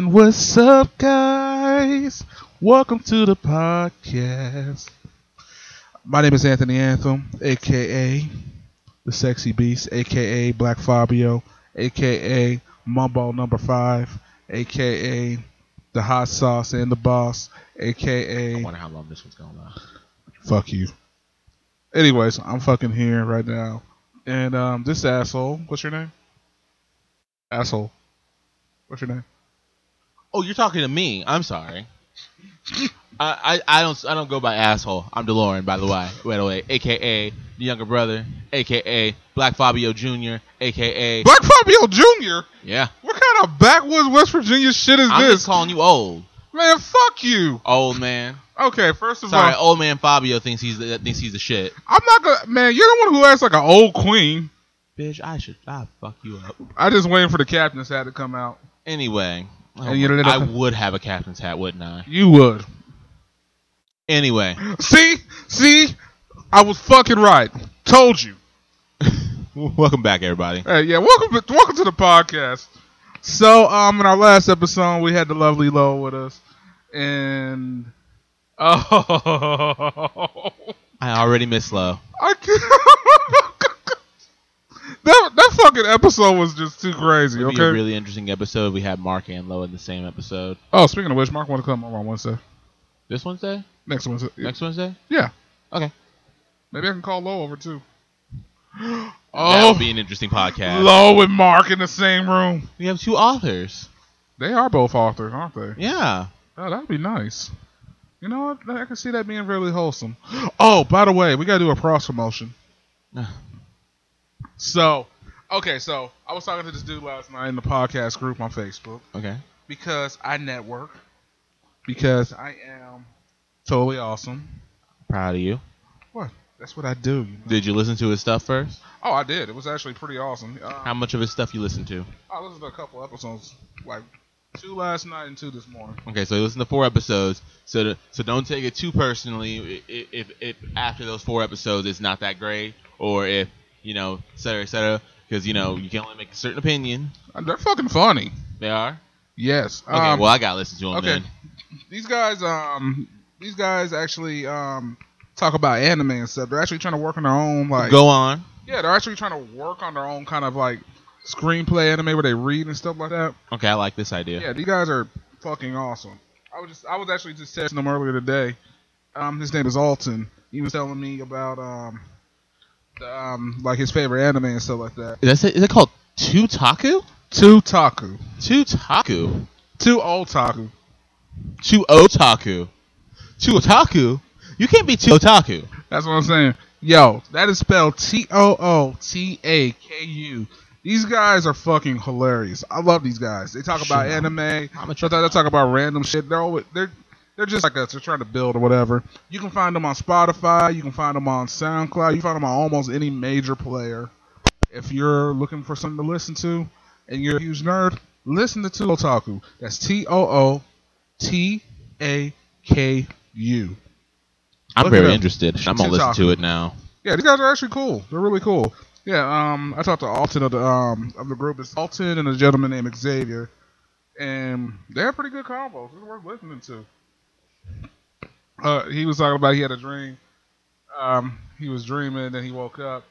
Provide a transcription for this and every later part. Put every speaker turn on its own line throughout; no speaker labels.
What's up, guys? Welcome to the podcast. My name is Anthony Anthem, aka the Sexy Beast, aka Black Fabio, aka Mumbo Number Five, aka the Hot Sauce and the Boss,
I
aka
wonder how long this one's gonna last.
Fuck you. Anyways, I'm fucking here right now. And um, this asshole, what's your name? Asshole. What's your name?
Oh, you're talking to me. I'm sorry. I, I, I don't I don't go by asshole. I'm DeLorean, by the way. By the way, aka the younger brother, aka Black Fabio Jr., aka
Black Fabio Jr.
yeah.
What kind of backwoods West Virginia shit is
I'm
this?
just calling you old,
man, fuck you.
old man.
Okay, first of
Sorry,
all,
old man Fabio thinks he's the, thinks he's the shit.
I'm not gonna. Man, you're the one who acts like an old queen.
Bitch, I should I fuck you up.
I just waiting for the captain's hat to come out.
Anyway, oh
And you
my-
don't
I
know-
would have a captain's hat, wouldn't I?
You would.
Anyway,
See, see, I was fucking right. Told you.
welcome back everybody.
Hey, yeah, welcome, welcome to the podcast. So, um, in our last episode, we had the lovely Lo with us, and oh,
I already miss Low.
I can't. that that fucking episode was just too crazy.
It'd be a
Okay.
really interesting episode. if We had Mark and Lowe in the same episode.
oh, speaking of which, Mark want to come on Wednesday,
This Wednesday?
next Wednesday.
Next Wednesday?
Yeah.
Okay.
Maybe I can call Lo over too.
That
Oh,
would be an interesting podcast.
Lo and Mark in the same room.
We have two authors.
They are both authors, aren't they?
Yeah.
Oh, that'd be nice. You know what? I can see that being really wholesome. Oh, by the way, we gotta do a cross promotion. So, okay, so I was talking to this dude last night in the podcast group on Facebook
okay.
because I network, because I am totally awesome.
Proud of you.
What? That's what I do. You know?
Did you listen to his stuff first?
Oh, I did. It was actually pretty awesome.
How
Uh,
much of his stuff you listened to?
I listened to a couple episodes, like two last night and two this morning.
Okay, so you listened to four episodes. So to, so don't take it too personally i- i- if, if after those four episodes it's not that great or if, you know, et cetera, et cetera. Because, you know, you can only make a certain opinion.
Uh, They're fucking funny.
They are?
Yes.
Okay,
um,
well, I got to listen to him
okay.
then.
these guys um these guys actually um talk about anime and stuff. They're actually trying to work on their own like
Go on.
yeah, they're actually trying to work on their own kind of like screenplay anime where they read and stuff like that.
Okay, I like this idea.
Yeah, these guys are fucking awesome. I was just I was actually just texting him earlier today. Um his name is Alton. He was telling me about um the, um like his favorite anime and stuff like that.
Is that, is it called Tutaku?
Two Taku.
Tutaku.
Two old Taku.
Two otaku. Two otaku. You can't be two otaku.
That's what I'm saying. Yo, that is spelled T O O T A K U. These guys are fucking hilarious. I love these guys. They talk about
Shit.
anime.
I'm
They
a
talk, they talk about random shit. They're always, they're they're just like us. They're trying to build or whatever. You can find them on Spotify. You can find them on SoundCloud. You can find them on almost any major player. If you're looking for something to listen to and you're a huge nerd, listen to Tulo Otaku. That's T O O T A K U.
I'm
Look it
very
up.
interested. I'm gonna listen
Tutaku.
to it now.
Yeah, these guys are actually cool. They're really cool. Yeah, um, I talked to Alton of the um of the group. It's Alton and a gentleman named Xavier, and they have pretty good combos. It's worth listening to. Uh, he was talking about he had a dream. Um, he was dreaming, then he woke up,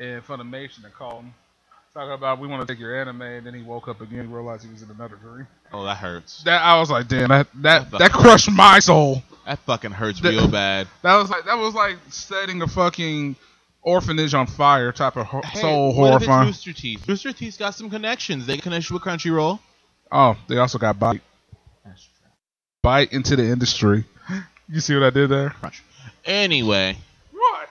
and Funimation had called him, talking about we want to take your anime. And then he woke up again, and realized he was in another dream.
Oh, that hurts.
That I was like, damn, that that
What the
that crushed my soul.
That fucking hurts
The-
real bad.
That was like that was like setting a fucking orphanage on fire type of ho- soul
what if it's
horrifying.
Rooster Teeth? Rooster Teeth's got some connections. They connection with Crunchyroll.
Oh, they also got bite bite into the industry. You see what I did there?
Crunch. Anyway,
What?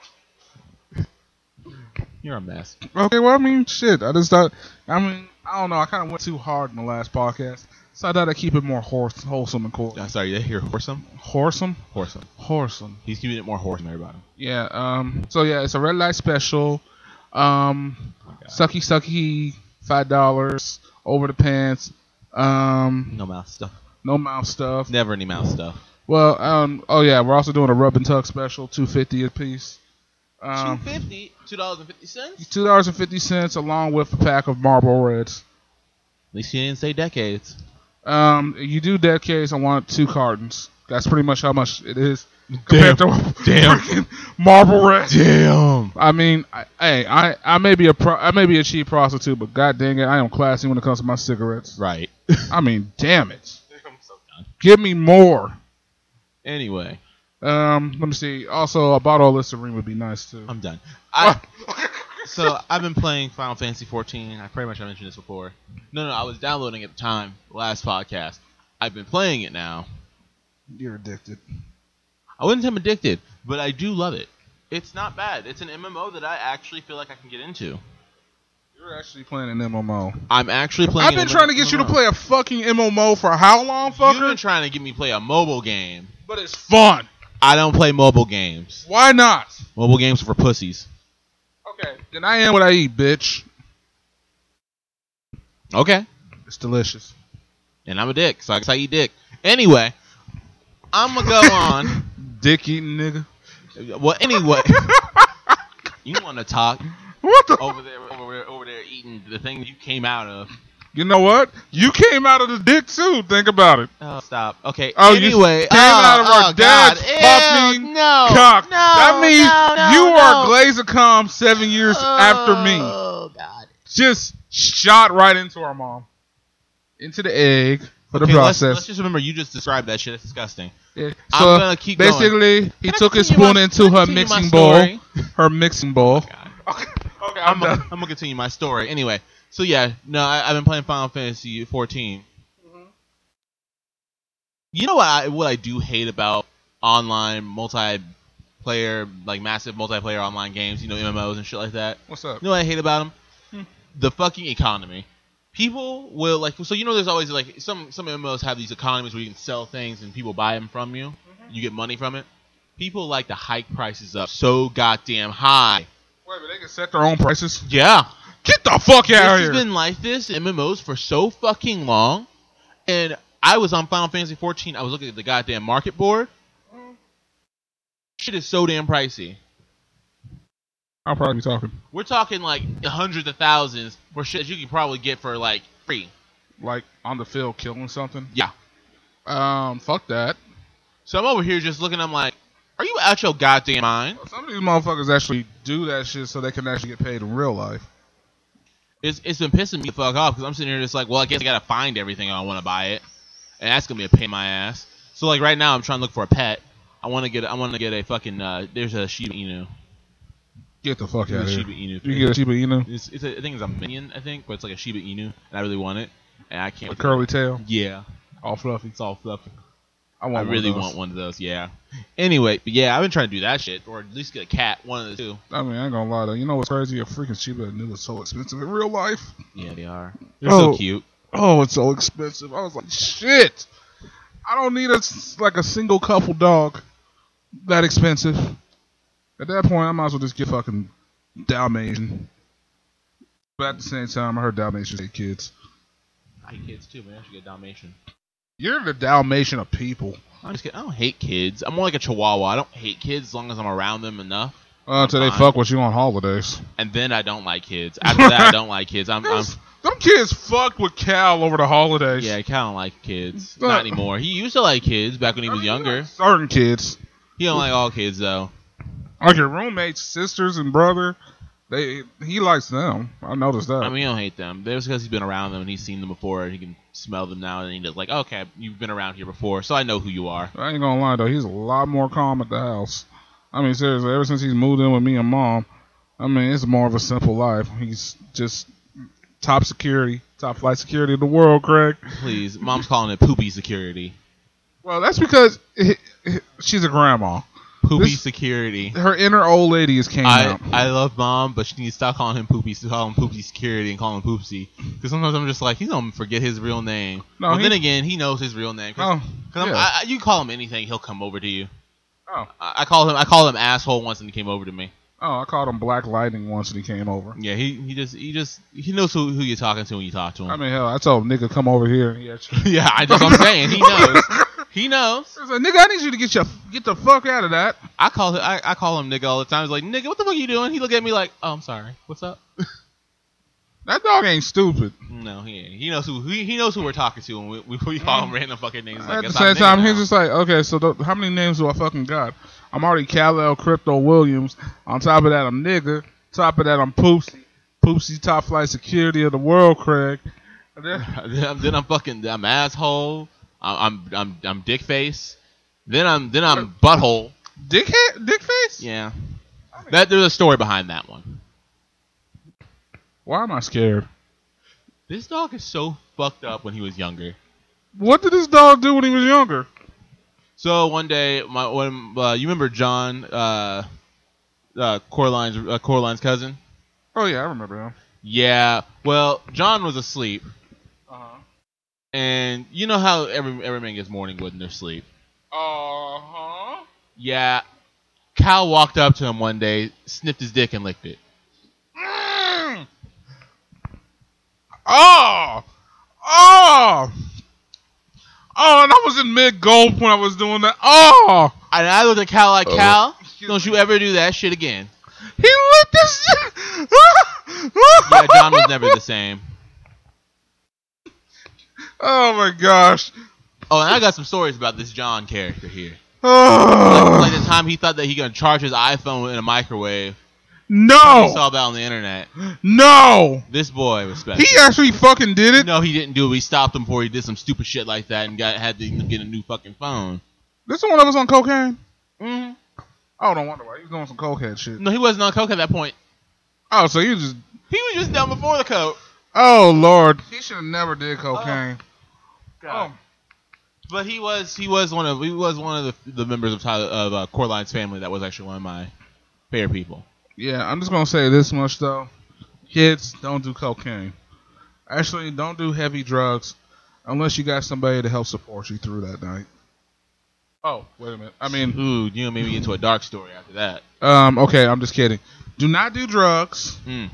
you're a mess.
Okay, well I mean shit. I just thought I mean I don't know. I kind of went too hard in the last podcast, so I thought I'd keep it more horse, wholesome and cool.
I'm Uh, sorry. Did I hear wholesome?
Wholesome,
Wholesome.
wholesome.
He's keeping it more wholesome, everybody.
Yeah. Um. So yeah, it's a red light special. Um.
Oh
sucky sucky five dollars over the pants. Um.
No mouth stuff.
No mouth stuff.
Never any mouth stuff.
Well, um, oh yeah, we're also doing a rub and tuck special, two fifty a piece. Um,
Two fifty. Two dollars and fifty cents.
two dollars and fifty cents, along with a pack of Marble Reds.
At least you didn't say decades.
Um, you do dead case. I want two cartons. That's pretty much how much it is compared
Damn.
to
Damn.
freaking marble red.
Damn.
I mean, I, hey, I, I may be a pro, I may be a cheap prostitute, but god dang it, I am classy when it comes to my cigarettes.
Right.
I mean, damn it,
I'm so done.
give me more.
Anyway,
Um, let me see. Also, a bottle of Listerine would be nice too.
I'm done. I, so I've been playing Final Fantasy 14. I pretty much I mentioned this before. No, no, I was downloading at the time, last podcast. I've been playing it now.
You're addicted.
I wouldn't say I'm addicted, but I do love it. It's not bad. It's an MMO that I actually feel like I can get into.
You're actually playing an MMO.
I'm actually playing.
I've
an
been trying to get you to
MMO.
play a fucking MMO for how long, fucker?
You've been trying to get me to play a mobile game.
but it's fun.
I don't play mobile games.
Why not?
Mobile games are for pussies.
Okay, then I am what I eat, bitch.
Okay.
It's delicious.
And I'm a dick, so I guess I eat dick. Anyway, I'm gonna go on.
Dick eating nigga.
Well, anyway, you want to talk
What the?
over there, over there, over there, eating the thing you came out of?
You know what? You came out of the dick too. Think about it.
Oh, stop. Okay.
Oh, you
anyway, Oh,
came out of our dad's
God.
fucking
Ew, no,
Cock.
Oh, No,
that means
no, no,
you
no.
are Glazer.com seven years
Oh,
after me.
Oh God.
Just shot right into our mom, into the egg for the
Okay, let's,
process.
let's just remember you just described that shit. It's disgusting.
Yeah.
I'm
So
gonna keep going.
basically, he
Can I
took his
continue
spoon
my-
into
can I
her
continue my
mixing bowl.
story?
Her mixing bowl.
God.
Okay, okay,
I'm gonna I'm gonna continue my story. Anyway, so yeah, no, I, I've been playing Final Fantasy 14. You know what? I, what I do hate about online multiplayer, like massive multiplayer online games, you know, MMOs and shit like that.
What's up?
You know what I hate about them? The fucking economy. People will like so you know there's always like some some MMOs have these economies where you can sell things and people buy them from you. You get money from it. People like to hike prices up so goddamn high.
Wait, but they can set their own prices.
Yeah.
Get the fuck out of
this
here.
has been like this in MMOs for so fucking long, and I was on Final Fantasy 14. I was looking at the goddamn market board. Shit is so damn pricey.
I'll probably be talking
We're talking like hundreds of thousands for shit that you can probably get for like free.
like on the field killing something.
Yeah.
Um, fuck that.
So I'm over here just looking. I'm like, are you out your goddamn mind?
Some of these motherfuckers actually do that shit so they can actually get paid in real life.
It's it's been pissing me the fuck off because I'm sitting here just like, well, I guess I gotta find everything I want to buy it, and that's gonna be a pain in my ass. So like right now, I'm trying to look for a pet. I want to get I want to get a fucking uh, there's a Shiba Inu.
Get the fuck
It's
out of
a
here.
Shiba Inu.
You can get a Shiba Inu,
It's, it's a, I think it's a minion, I think, but it's like a Shiba Inu, and I really want it, and I can't.
a curly tail,
Yeah,
all fluffy.
it's all fluffy.
I want.
I
one
really
of those.
want one of those. Yeah. Anyway, but yeah, I've been trying to do that shit, or at least get a cat, one of the two.
I mean, I ain't gonna lie though. You know what's crazy? A freaking Shiba Inu is so expensive in real life.
Yeah, they are. They're
Oh.
so cute.
Oh, it's so expensive. I was like, shit. I don't need a s- like a single couple dog that expensive. At that point, I might as well just get fucking Dalmatian. But at the same time, I heard Dalmatians hate kids.
I hate kids too, man. I should get a Dalmatian.
You're the Dalmatian of people.
I'm just kidding. I don't hate kids. I'm more like a Chihuahua. I don't hate kids as long as I'm around them enough.
Uh, Until they
Fine.
fuck with you on holidays.
And then I don't like kids. After that, I don't like kids. I'm, I'm
Yes, Them kids fucked with Cal over the holidays.
yeah, I kind of like kids.
Uh.
Not anymore. He used to like kids back when he
I
was
mean, you know,
younger.
Certain kids.
He don't like all kids though.
Like your roommates, sisters, and brother. They He likes them. I noticed that.
I mean, I don't hate them. That's because he's been around them and he's seen them before. and He can smell them now, and he's just like, okay, you've been around here before, so I know who you are.
I ain't gonna lie though, he's a lot more calm at the house. I mean, seriously, ever since he's moved in with me and mom, I mean, it's more of a simple life. He's just top security, top flight security in the world, Craig.
Please, mom's calling it poopy security.
Well, that's because he, he- she's a grandma.
Poopy
This-
security.
Her inner old lady is came
I,
out.
I love mom, but she needs to stop calling him poopy. so Call him poopy security and call him poopsy. Because sometimes I'm just like, he's gonna forget his real name.
No,
but
he-
then again, he knows his real name. Cause,
oh,
'cause I'm-
yeah.
I- I- you call him anything, he'll come over to you.
oh,
I, I call him I call him asshole once, and he came over to me.
oh, I called him Black Lightning once and he came over.
Yeah, he, he just he just he knows who, who you're talking to when you talk to him.
I mean, hell, I told him, nigga, come over here. And he actually,
yeah, I just I'm saying he knows. He knows.
I was like, nigga, I need you to get your get the fuck out of that.
I call him. I, I call him nigga all the time. He's like nigga, what the fuck you doing? He look at me like, oh, I'm sorry. What's up?
That dog ain't stupid.
No, he ain't. He knows who he, he knows who we're talking to, and we, we, we call him random fucking names. Like,
At the
"That's our
same time,
nigga
he's
now."
just like, okay, so th- how many names do I fucking got? I'm already Kal-El Crypto Williams. On top of that, I'm nigga. Top of that, I'm Poopsy. Poopsy, top flight security of the world, Craig. And then-
then, I'm, then I'm fucking I'm asshole. I'm I'm I'm, I'm dick face. Then I'm then I'm butthole.
Dickhead? Dickface?
Yeah. That there's a story behind that one.
Why am I scared?
This dog is so fucked up when he was younger.
What did this dog do when he was younger?
So one day, my when uh, you remember John, uh, uh, Coraline's uh, Coraline's cousin.
Oh, yeah, I remember him.
Yeah. Well, John was asleep,
Uh-huh.
and you know how every every man gets morning wood in their sleep.
Uh-huh.
Yeah. Cal walked up to him one day, sniffed his dick, and licked it.
Mm. Oh, oh, oh! And I was in mid gulp when I was doing that. Oh,
And I looked at Cal like, Cal,
Excuse
don't
me.
you ever do that shit again.
he lit this. Shit.
Yeah, John was never the same.
Oh my gosh.
Oh, and I got some stories about this John character here. Like
Oh,
the time he thought that he gonna charge his iPhone in a microwave. I
no,
saw that on the internet.
no.
This boy was special.
He actually fucking did it.
no, he didn't do it. We stopped him before he did some stupid shit like that and got had to get a new fucking phone.
This the one that was on cocaine.
mm
Oh, don't wonder why he was doing some cokehead shit.
No, he wasn't on coke at that point.
Oh, so you just.
He was just down before the coke.
Oh Lord, he should have never did cocaine. Oh,
Um, But he was he was one of he was one of the, the members of Tyler, of uh, Corline's family that was actually one of my favorite people.
Yeah, I'm just gonna say this much though. Kids, don't do cocaine. Actually, don't do heavy drugs unless you got somebody to help support you through that night. Oh, wait a minute. I mean,
Ooh, you know, maybe into a dark story after that.
um, okay, I'm just kidding. Do not do drugs
Mm.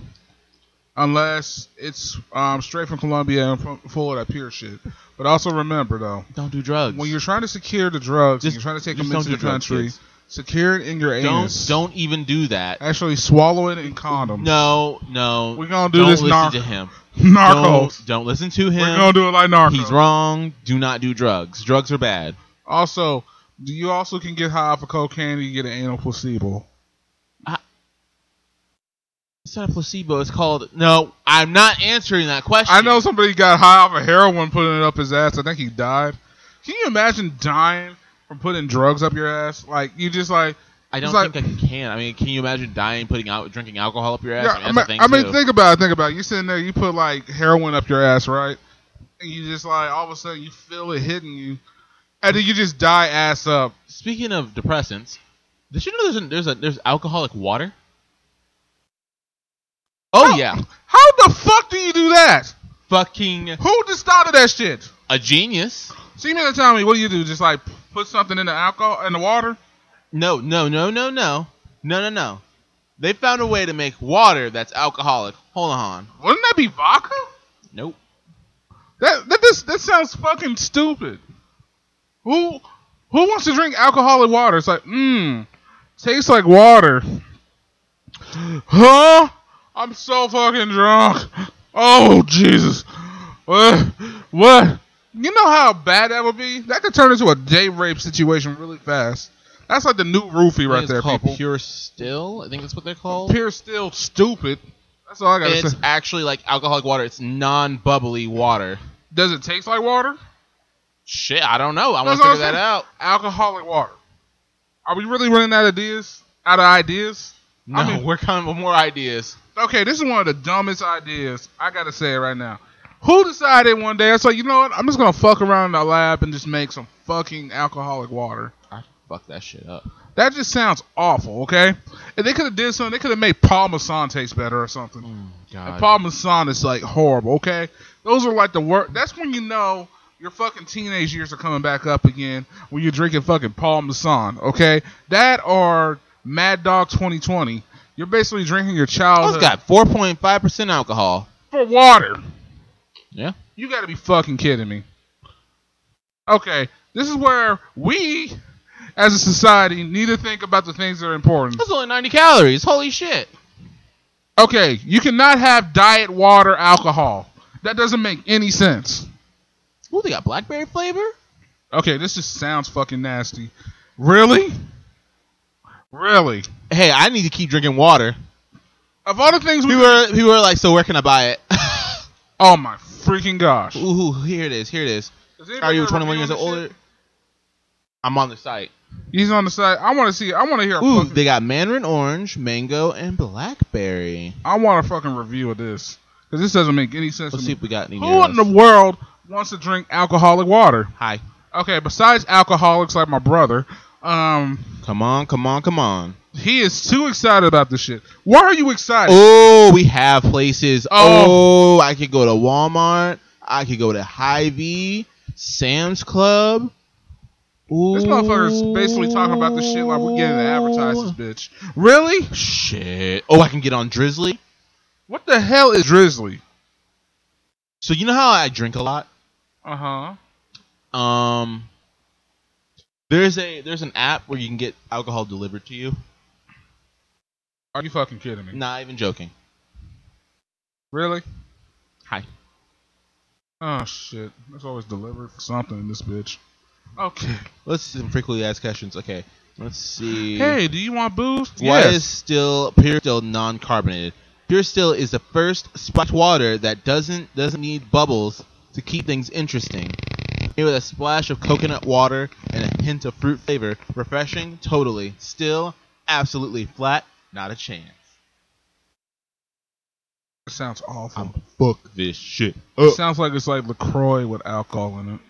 unless it's um, straight from Colombia and fu- full of that pure shit. But also remember though,
Don't do drugs.
when you're trying to secure the drugs, and
Just-
you're trying to take
just
them
don't
into
do
the
drugs,
country,
kids.
secure it in your
don't
anus.
don't even do that.
actually swallow it in condoms.
No, no.
We're gonna do
don't
this
listen
narc-
to him.
narcos.
Don't, don't listen to
We're gonna
him.
do it like narcos.
He's wrong. Do not do drugs. Drugs are bad.
Also, do you also can get high off of cocaine and you get an anal placebo?
It's not a placebo. It's called. No, I'm not answering that question.
I know somebody got high off of heroin putting it up his ass. I think he died. Can you imagine dying from putting drugs up your ass? Like you just like
I don't
it's like-
think I can. I mean, can you imagine dying, putting out, drinking alcohol up your ass?
yeah,
I mean,
I
that's a
mean,
thing
I mean,
too.
think about it, think about it. You sitting there, you put like heroin up your ass, right? And you just like all of a sudden you feel it hitting you. And then you just die ass up.
Speaking of depressants, did you know there's a, there's a there's alcoholic water? Oh yeah,
How the fuck do you do that?
fucking
Who just started that shit?
a genius.
So you mean to tell me what do you do? Just like put something in the alcohol in the water?
No, no, no, no, no, no, no, no. They found a way to make water that's alcoholic. Hold on.
Wouldn't that be vodka?
Nope.
That that this that sounds fucking stupid. Who who wants to drink alcoholic water? It's like, mmm, tastes like water. Huh? I'm so fucking drunk. Oh Jesus. What? What? You know how bad that would be? That could turn into a day rape situation really fast. That's like the new roofie
I think
right
it's
there,
called
people. Pure,
Pure still. I think that's what they're called.
still stupid. That's all I gotta
it's
say.
actually like alcoholic water. It's non-bubbly water.
Does it taste like water?
Shit, I don't know. I want
That's
to
what
figure
I'm
that out.
alcoholic water. Are we really running out of ideas? Out of ideas?
No,
I mean-
we're coming with more ideas.
Okay, this is one of the dumbest ideas. I gotta say it right now. Who decided one day? I said, you know what? I'm just gonna fuck around in the lab and just make some fucking alcoholic water.
I fucked that shit up.
That just sounds awful. Okay, if they could have did something, they could have made Parmesan taste better or something.
God.
Parmesan is like horrible. Okay, those are like the worst. That's when you know your fucking teenage years are coming back up again when you're drinking fucking Parmesan. Okay, that or Mad Dog 2020. You're basically drinking your
Oh, it's
childhood
got 4.5% alcohol.
for water.
Yeah.
You got to be fucking kidding me. Okay, this is where we, as a society, need to think about the things that are important.
That's only 90 calories. Holy shit.
Okay, you cannot have diet water alcohol. That doesn't make any sense.
Ooh, they got blackberry flavor.
Okay, this just sounds fucking nasty. Really? Really?
Hey, I need to keep drinking water.
Of all the things we
People are, people are like, so where can I buy it?
Oh my freaking gosh.
Ooh, here it is. Here it is.
Does anybody
Are you
wanna
21
review
years
this
older?
shit?
I'm on the site.
He's on the side. I want to see. I want to hear. A
Ooh,
fucking,
they got mandarin orange, mango, and blackberry.
I want a fucking review of this because this doesn't make any sense. to
Let's see
me.
if we got any.
Who in
Euros.
the world wants to drink alcoholic water?
Hi.
Okay, besides alcoholics like my brother, um,
Come on, come on, come on.
he is too excited about this shit. Why are you excited?
Oh, we have places.
Oh.
Oh, I could go to Walmart. I could go to Hy-Vee, Sam's Club. Ooh.
This motherfucker's basically talking about this shit like we're getting to advertise this bitch. Really?
Shit. Oh, I can get on Drizzly.
What the hell is Drizzly?
So you know how I drink a lot.
Uh huh.
Um, there's a there's an app where you can get alcohol delivered to you.
Are you fucking kidding me?
Not even joking.
Really?
Hi.
Oh shit. That's always delivered for something in this bitch. Okay.
Let's see some frequently asked questions. Okay, let's see.
Hey, do you want booze?
Why is still pure still non-carbonated? Pure still is the first spiked water that doesn't doesn't need bubbles to keep things interesting. Made with a splash of coconut water and a hint of fruit flavor, refreshing totally. Still absolutely flat, not a chance.
It sounds awful.
Fuck this shit
It
up.
sounds like it's like LaCroix with alcohol in it.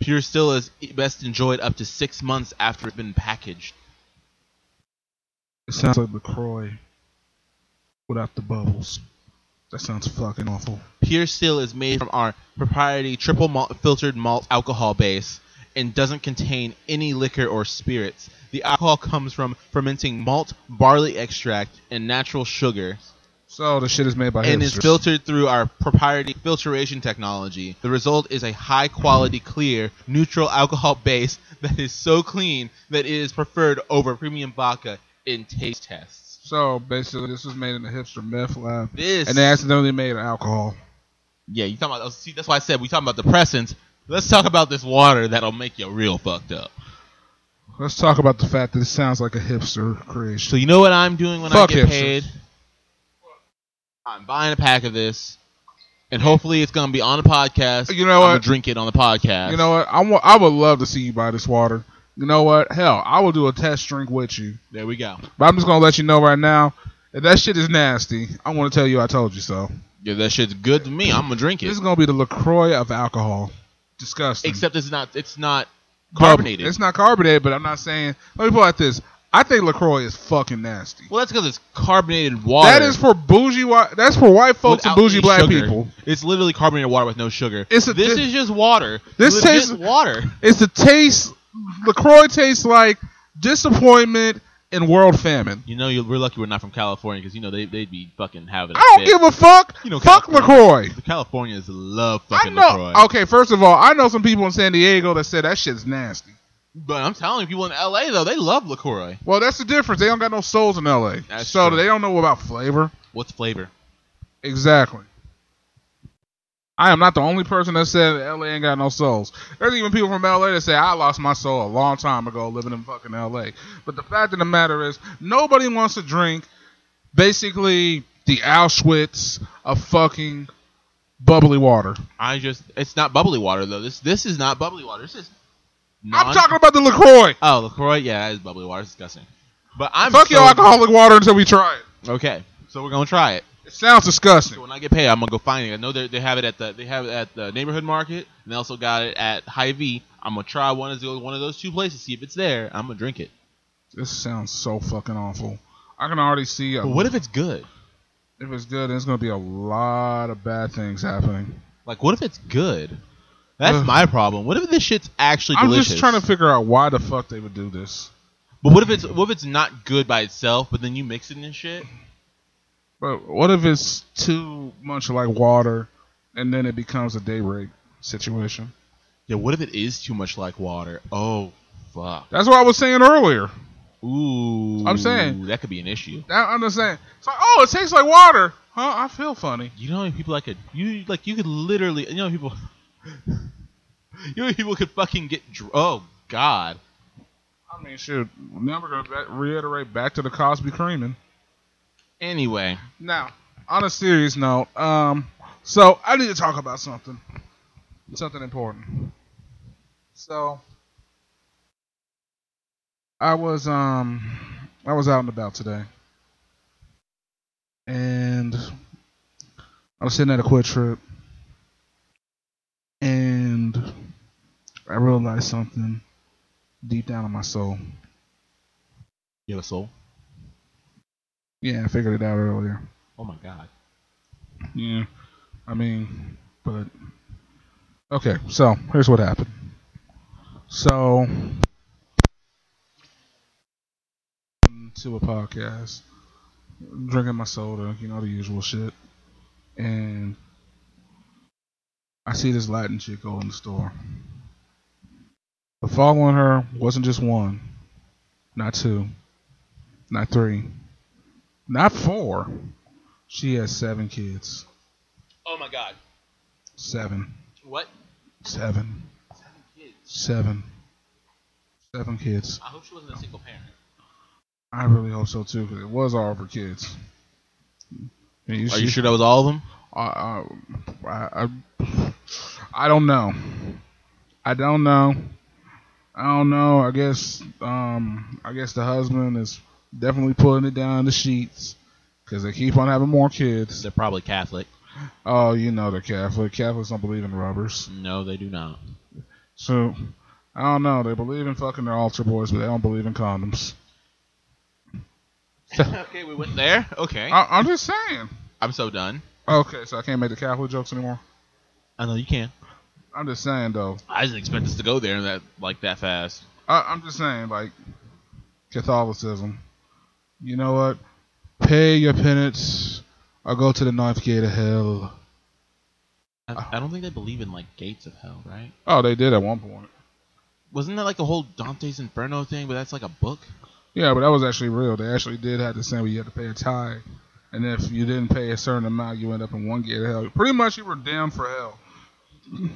Pure still is best enjoyed up to six months after it's been packaged.
It sounds like LaCroix without the bubbles. That sounds fucking awful.
Pure Still is made from our proprietary triple malt filtered malt alcohol base and doesn't contain any liquor or spirits. The alcohol comes from fermenting malt, barley extract, and natural sugar,
So the shit is made by
and is
hipsters.
filtered through our proprietary filtration technology. The result is a high quality, clear, neutral alcohol base that is so clean that it is preferred over premium vodka in taste tests.
So basically, this was made in the hipster meth lab,
This
and they accidentally made alcohol.
Yeah, you talking about? oh, See, that's why I said we talking about depressants. Let's talk about this water that'll make you real fucked up.
Let's talk about the fact that it sounds like a hipster
So
creation.
you know what I'm doing when
Fuck
I get
hipsters.
paid? I'm buying a pack of this, and hopefully it's gonna be on the podcast.
You know
I'm gonna
what?
drink it on the podcast.
You know what? I wa- I would love to see you buy this water. You know what? Hell, I will do a test drink with you.
There we go.
But I'm just gonna let you know right now, if that shit is nasty, I'm gonna tell you I told you so.
Yeah, that shit's good to me. I'm gonna drink
This
it.
is gonna be the Lacroix of alcohol. Disgusting.
Except it's not. It's not
Bub-
carbonated.
It's not carbonated, but I'm not saying. Let me put it like this. I think Lacroix is fucking nasty.
well, that's because it's carbonated water.
That is for bougie. Whi- that's for white folks
without
and bougie
any
black
sugar.
people.
It's literally carbonated water with no sugar.
It's a-
this
thi-
is just water.
this
Legit
tastes-
water.
It's the taste. Lacroix tastes like disappointment and world famine.
You know, you're, we're lucky we're not from California because you know they they'd be fucking having. a
I don't
fit.
give a fuck.
You know,
fuck Lacroix.
California- The Californians love
I
fucking
know. Oh.
Lacroix.
Okay, first of all, I know some people in San Diego that said that shit's nasty.
But I'm telling you, people in LA though, they love Lacroix.
Well, that's the difference. They don't got no souls in L.A.,
That's
so
true.
they don't know about flavor.
What's flavor?
Exactly. I am not the only person that said LA ain't got no souls. There's even people from LA that say I lost my soul a long time ago living in fucking LA. But the fact of the matter is, nobody wants to drink basically the Auschwitz of fucking bubbly water.
I just it's not bubbly water though. This this is not bubbly water. This is
I'm
non-
talking about the LaCroix.
Oh, Lacroix, yeah, that is bubbly water. It's disgusting. But I'm
Fuck
so-
your alcoholic water until we try it.
Okay, so we're gonna try it.
It sounds
So
disgusting.
when I get paid, I'm gonna go find it. I know they they have it at the they have it at the neighborhood market, and they also got it at Hy-Vee. I'm gonna try one of those one of those two places, see if it's there. I'm gonna drink it.
This sounds so fucking awful. I can already see a,
But what if it's good?
if it's good, there's gonna be a lot of bad things happening.
Like, what if it's good? That's
Ugh.
my problem. What if this shit's actually
I'm
delicious?
just trying to figure out why the fuck they would do this.
But what if it's what if it's not good by itself, but then you mix it in shit?
But what if it's too much like water, and then it becomes a day rape situation?
Yeah, what if it is too much like water? Oh, fuck.
That's what I was saying earlier.
Ooh,
I'm saying-
that could be an issue.
I understand. It's like, oh, it tastes like water. Huh? I feel funny.
You know how many people I could you like you could literally you know how many people you know how many people could fucking get dr- oh god
I mean, shoot. Now we're gonna ba- reiterate back to the Cosby creaming.
anyway
Now, on a serious note, um, so I need to talk about something, something important. So, I was um, I was out and about today, and I was sitting at a quit trip, and I realized something deep down in my soul.
you have a soul
Yeah, I figured it out earlier.
oh my god
Yeah. I mean, but okay. So here's what happened. So to a podcast, drinking my soda, you know the usual shit, and I see this Latin chick go in the store. But following her wasn't just one, not two, not three, not four. She has seven kids.
oh my god
Seven.
what
Seven.
seven kids
Seven. Seven kids.
I hope she wasn't a single parent
I really hope so too, because it was all for kids. And you
are
should-
you sure that was all of them
I, I, I, I- I don't know. I don't know. I don't know. I guess um, I guess the husband is definitely pulling it down the sheets because they keep on having more kids.
they're probably Catholic
Oh, you know the Catholic. Catholics don't believe in rubbers.
no they do not
So I don't know. They believe in fucking their altar boys, but they don't believe in condoms.
okay we went there okay
I, I'm just saying.
I'm so done
Okay, so I can't make the Catholic jokes anymore.
I know you can
I'm just saying though.
I didn't expect this to go there that like that fast
I, I'm just saying like Catholicism. You know what? Pay your penance or go to the ninth gate of hell.
I, I don't think they believe in like gates of hell right
Oh, they did at one point.
wasn't that like the whole Dante's Inferno thing but that's like a book
Yeah, but that was actually real. They actually did have to say where you had to pay a tithe, and if you didn't pay a certain amount, you end up in one gate of hell. Pretty much, you were damned for hell.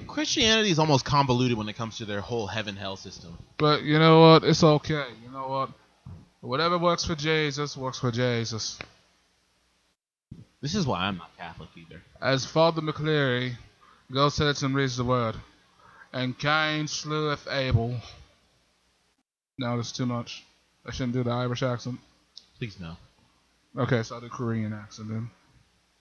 Christianity is almost convoluted when it comes to their whole heaven hell system.
But you know what? It's okay. You know what? Whatever works for Jesus works for Jesus.
This is why I'm not Catholic either.
As Father McCleary goes to it and reads the word, and Cain sleweth Abel. No, that's too much. I shouldn't do the Irish accent.
Please no.
Okay, so I'll do Korean accent then.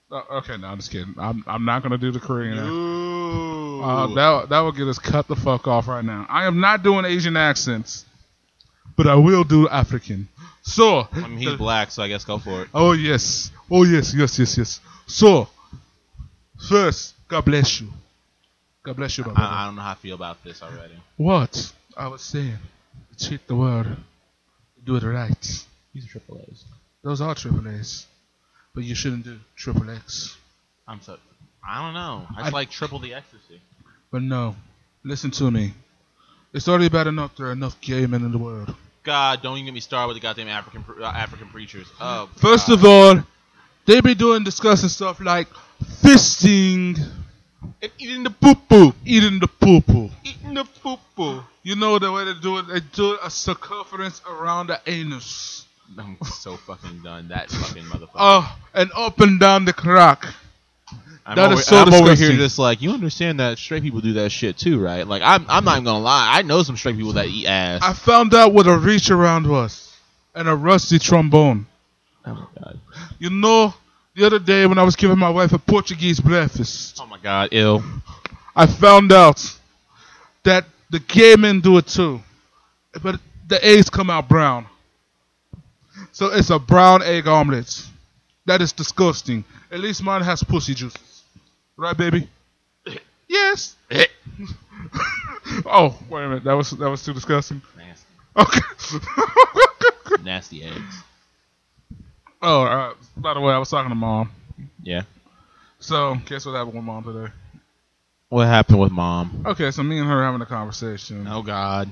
Oh, okay, no, I'm just kidding. I'm, I'm not gonna do the Korean accent.
Ooh.
Uh, that that will get us cut the fuck off right now. I am not doing Asian accents, but I will do African. So
I mean, he's black, so I guess go for it.
Oh yes. Oh yes, yes, yes, yes. So first, God bless you. God bless you, my brother.
I, I don't know how I feel about this already.
what I was saying. Treat the world. Do it right.
He's triple A's.
Those are triple A's. But you shouldn't do triple X.
I'm so. I don't know. It's
I-
like triple the ecstasy.
But no. Listen to me. It's already bad enough there are enough gay men in the world.
God, don't even get me started with the goddamn African pre- uh, African preachers. Oh,
First
God.
of all, they be doing discussing stuff like fisting,
And eating the poo poo,
eating the poo poo.
eating the poo poo.
You know the way they do it. They do a circumference around the anus,
I'm so fucking done. That fucking motherfucker.
uh, and up and down the crack.
I'm
That
over,
is so
I'm over here
disgusting.
just like you understand that straight people do that shit too, right? Like I'm I'm not even gonna lie, I know some straight people that eat ass.
I found out what a reach around was, and a rusty trombone.
oh my god.
You know, the other day when I was giving my wife a Portuguese breakfast,
Oh my god, ill.
I found out that the gay men do it too, but the eggs come out brown. So it's a brown egg omelet. That is disgusting. At least mine has pussy juices, right, baby? yes. Oh, wait a minute. That was that was too disgusting.
nasty,
Okay.
nasty eggs.
oh, uh, by the way, I was talking to mom.
Yeah.
So guess what happened with mom today?
What happened with mom?
Okay, so me and her having a conversation.
Oh god.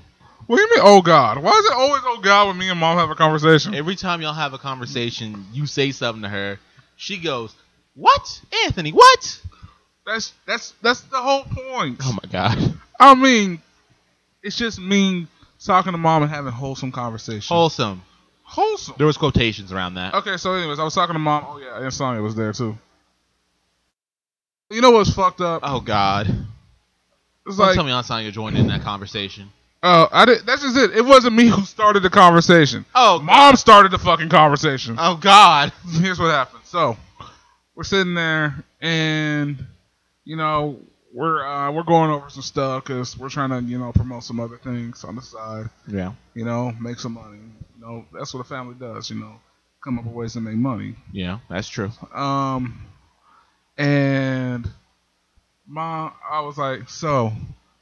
What do you mean, oh God? Why is it always oh God when me and mom have a conversation?
Every time y'all have a conversation, you say something to her. She goes, "What, Anthony? What?"
That's that's that's the whole point.
Oh my god.
I mean, it's just mean talking to mom and having wholesome conversation.
Wholesome.
wholesome.
There was quotations around that.
Okay, so anyways, I was talking to mom. Oh yeah, Insomnia was there too. You know what's fucked up?
Oh god.
It's
Don't
like,
tell me Ansanya joined in that conversation.
oh, I did, that's just it. It wasn't me who started the conversation.
Oh
Mom started the fucking conversation.
Oh god.
here's what happened. So we're sitting there, and you know we're uh, we're going over some stuff because we're trying to you know promote some other things on the side.
Yeah.
You know, make some money. You know, that's what a family does. You know, come up with ways to make money.
Yeah, that's true.
Um, and mom, I was like, so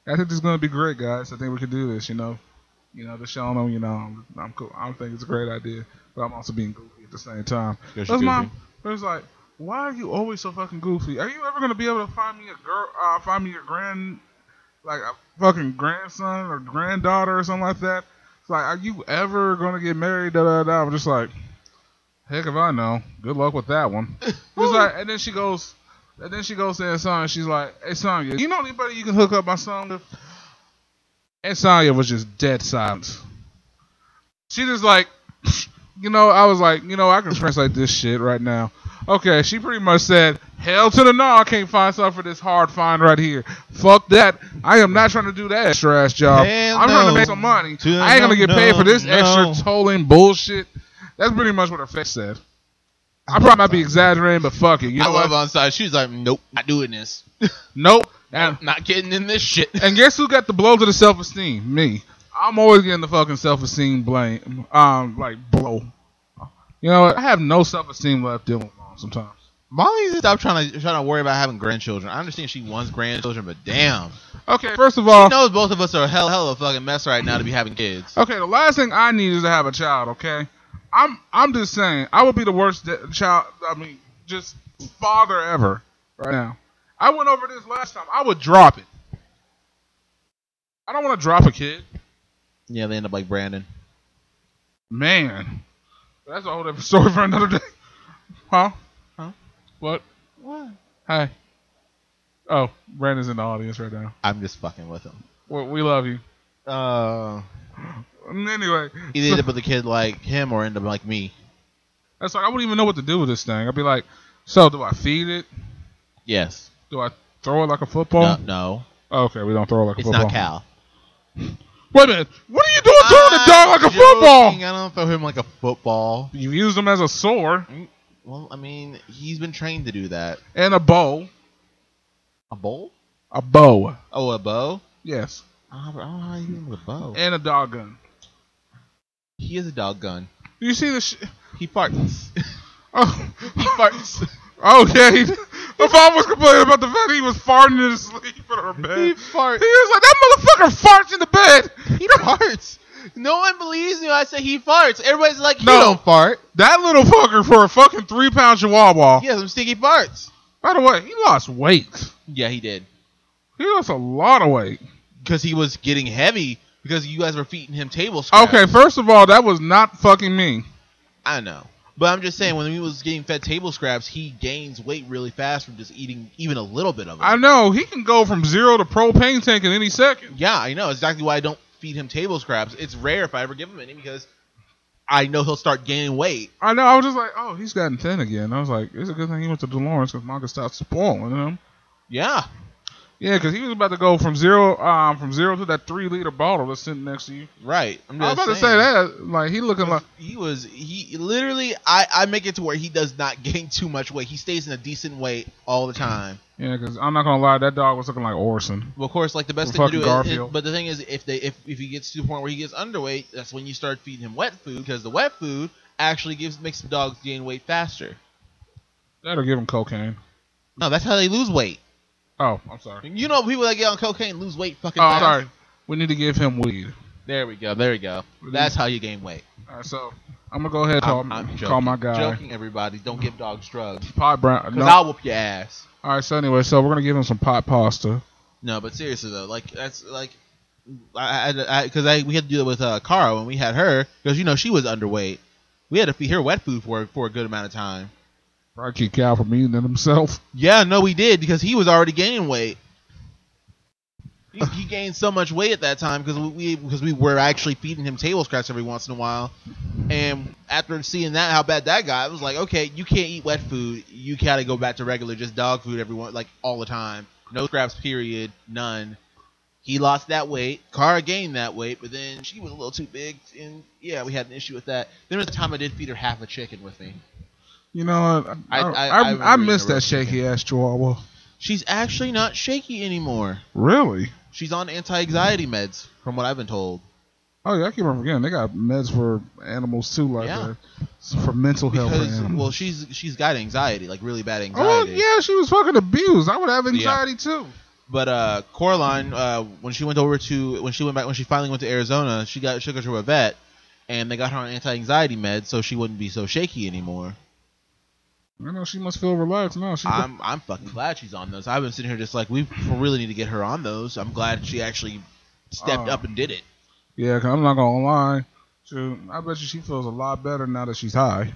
I think this is gonna be great, guys. I think we can do this. You know, you know, just showing them, you know, I'm, I'm cool. I think it's a great idea, but I'm also being goofy at the same time.
Yes,
That's
you
my.
goofy.
It was like, why are you always so fucking goofy? Are you ever gonna be able to find me a girl? Uh, find me a grand, like a fucking grandson or granddaughter or something like that? It's like, are you ever gonna get married? Da da da. I'm just like, heck if I know. Good luck with that one. It's like, and then she goes, and then she goes to Insomnia. She's like, hey Sonya, you know anybody you can hook up my son with? Insomnia was just dead silence. She just like, you know, I was like, you know, I can translate this shit right now. Okay, she pretty much said, hell to the no, I can't find something for this hard find right here. Fuck that. I am not trying to do that extra ass job.
Hell
I'm trying
no.
to make some money.
To
I ain't gonna
no,
get paid for this
no, no.
extra tolling bullshit. That's pretty much what her face said. I probably might be exaggerating, but fuck it. You
I
know
love
what?
Ansanya. She's like, nope, not doing this.
Nope. And,
I'm not getting in this shit.
and guess who got the blow to the self esteem? Me. I'm always getting the fucking self esteem blame. Um, like blow. You know what? I have no self esteem left dealing with mom sometimes.
Molly needs to stop trying to trying to worry about having grandchildren. I understand she wants grandchildren, but damn,
Okay, first of all,
she knows both of us are a hell hell of a fucking mess right now to be having kids.
okay, the last thing I need is to have a child. Okay, I'm I'm just saying I would be the worst de- child. I mean, just father ever right now. I went over this last time. I would drop it. I don't want to drop a kid,
Yeah, they end up like Brandon.
man. That's a whole different story for another day. Huh?
Huh?
What?
What?
Hey. Oh, Brandon's in the audience right now.
I'm just fucking with him.
We, we love you.
Uh,
Anyway,
either end up with a kid like him or end up like me.
that's like I wouldn't even know what to do with this thing. I'd be like, so do I feed it?
Yes.
Do I throw it like a
No.
football? Oh,
no.
Okay, we don't throw it like a
It's
football.
not Cal.
Wait a minute. What are you doing throwing the dog like a
I'm
football?
joking. I don't throw him like a football.
You used him as a sword
Well, I mean, he's been trained to do that.
and a bow.
A bowl?
A bow.
Oh, a bow? Ah,
Yes.
I don't I don't know how you use a bow.
And a dog gun.
He is a dog gun.
You see the shit?
He farts.
Oh.
he farts.
Okay. My mom was complaining about the fact he was farting in his sleep in her bed.
He
He
farts.
was like, that motherfucker farts in the bed.
He farts. No one believes me when I say he farts. Everybody's like, you
No.
don't fart.
That little fucker for a fucking three pound chihuahua.
He has some stinky farts.
By the way, he lost weight.
Yeah, he did.
He lost a lot of weight.
Because he was getting heavy because you guys were feeding him table scraps.
Okay, first of all, that was not fucking me.
I know. But I'm just saying, when he was getting fed table scraps, he gains weight really fast from just eating even a little bit of it.
I know he can go from zero to propane tank in any second.
yeah, I know. Exactly why I don't feed him table scraps. It's rare if I ever give him any because I know he'll start gaining weight.
I know. I was just like, oh, he's gotten thin again. I was like, it's a good thing he went to Dolores because Manga stopped spoiling him.
Yeah.
Yeah, because he was about to go from zero, um, from zero to that three liter bottle that's sitting next to you.
Right. I'm
I was
just
about to say
saying.
that. Like he looking like
He was he literally I I make it to where he does not gain too much weight. He stays in a decent weight all the time.
yeah, because I'm not gonna lie, that dog was looking like Orson.
Well, of course, like the best
Well,
thing to do.
fucking
Is, is-
Garfield.
but the thing is, if they if if he gets to the point where he gets underweight, that's when you start feeding him wet food because the wet food actually gives makes the dogs gain weight faster.
That'll give him cocaine.
No, that's how they lose weight.
Oh, I'm sorry.
You know, people that get on cocaine lose weight fucking.
Oh, I'm
fast.
sorry. We need to give him weed.
There we go. There we go. That's how you gain weight.
All right, so I'm gonna go ahead and call,
I'm, I'm joking.
call my guy.
Joking, everybody. Don't give dogs drugs.
Pot brown.
Cause
No.
I'll whoop your ass.
All right, so anyway, so we're gonna give him some pot pasta.
No, but seriously though, like that's like I because I, 'cause I we had to do it with uh, Kara when we had her because you know she was underweight. We had to feed her wet food for for a good amount of time.
Probably kick out for eating it himself.
Yeah, no, we did because he was already gaining weight. He, he gained so much weight at that time because we because we were actually feeding him table scraps every once in a while, and after seeing that how bad that got, I was like, okay, you can't eat wet food. You gotta go back to regular just dog food every one like all the time. No scraps, period, none. He lost that weight. Kara gained that weight, but then she was a little too big, and yeah, we had an issue with that. There was a time I did feed her half a chicken with me.
You know, what? I I,
I-
I,
I- I
I,
remember
miss
the
that shaky ass chihuahua.
She's actually not shaky anymore.
Really?
She's on anti-anxiety meds, from what I've been told.
Oh yeah, I keep on forgetting they got meds for animals too, like
Yeah.
that. for mental health. for
Because
animals.
well, she's she's got anxiety, like really bad
oh
anxiety.
yeah, she was fucking abused. I would have anxiety too.
But uh, Coraline, uh, when she went over to when she went back when she finally went to Arizona, she got took her to a vet, and they got her on anti-anxiety meds so she wouldn't be so shaky anymore.
You know, she must feel relaxed now. She
I'm I'm fucking glad she's on those. I've been sitting here just like we really need to get her on those. I'm glad she actually stepped
Oh.
up and did it.
Yeah, i I'm not gonna lie. Shoot, I bet you she feels a lot better now that she's high.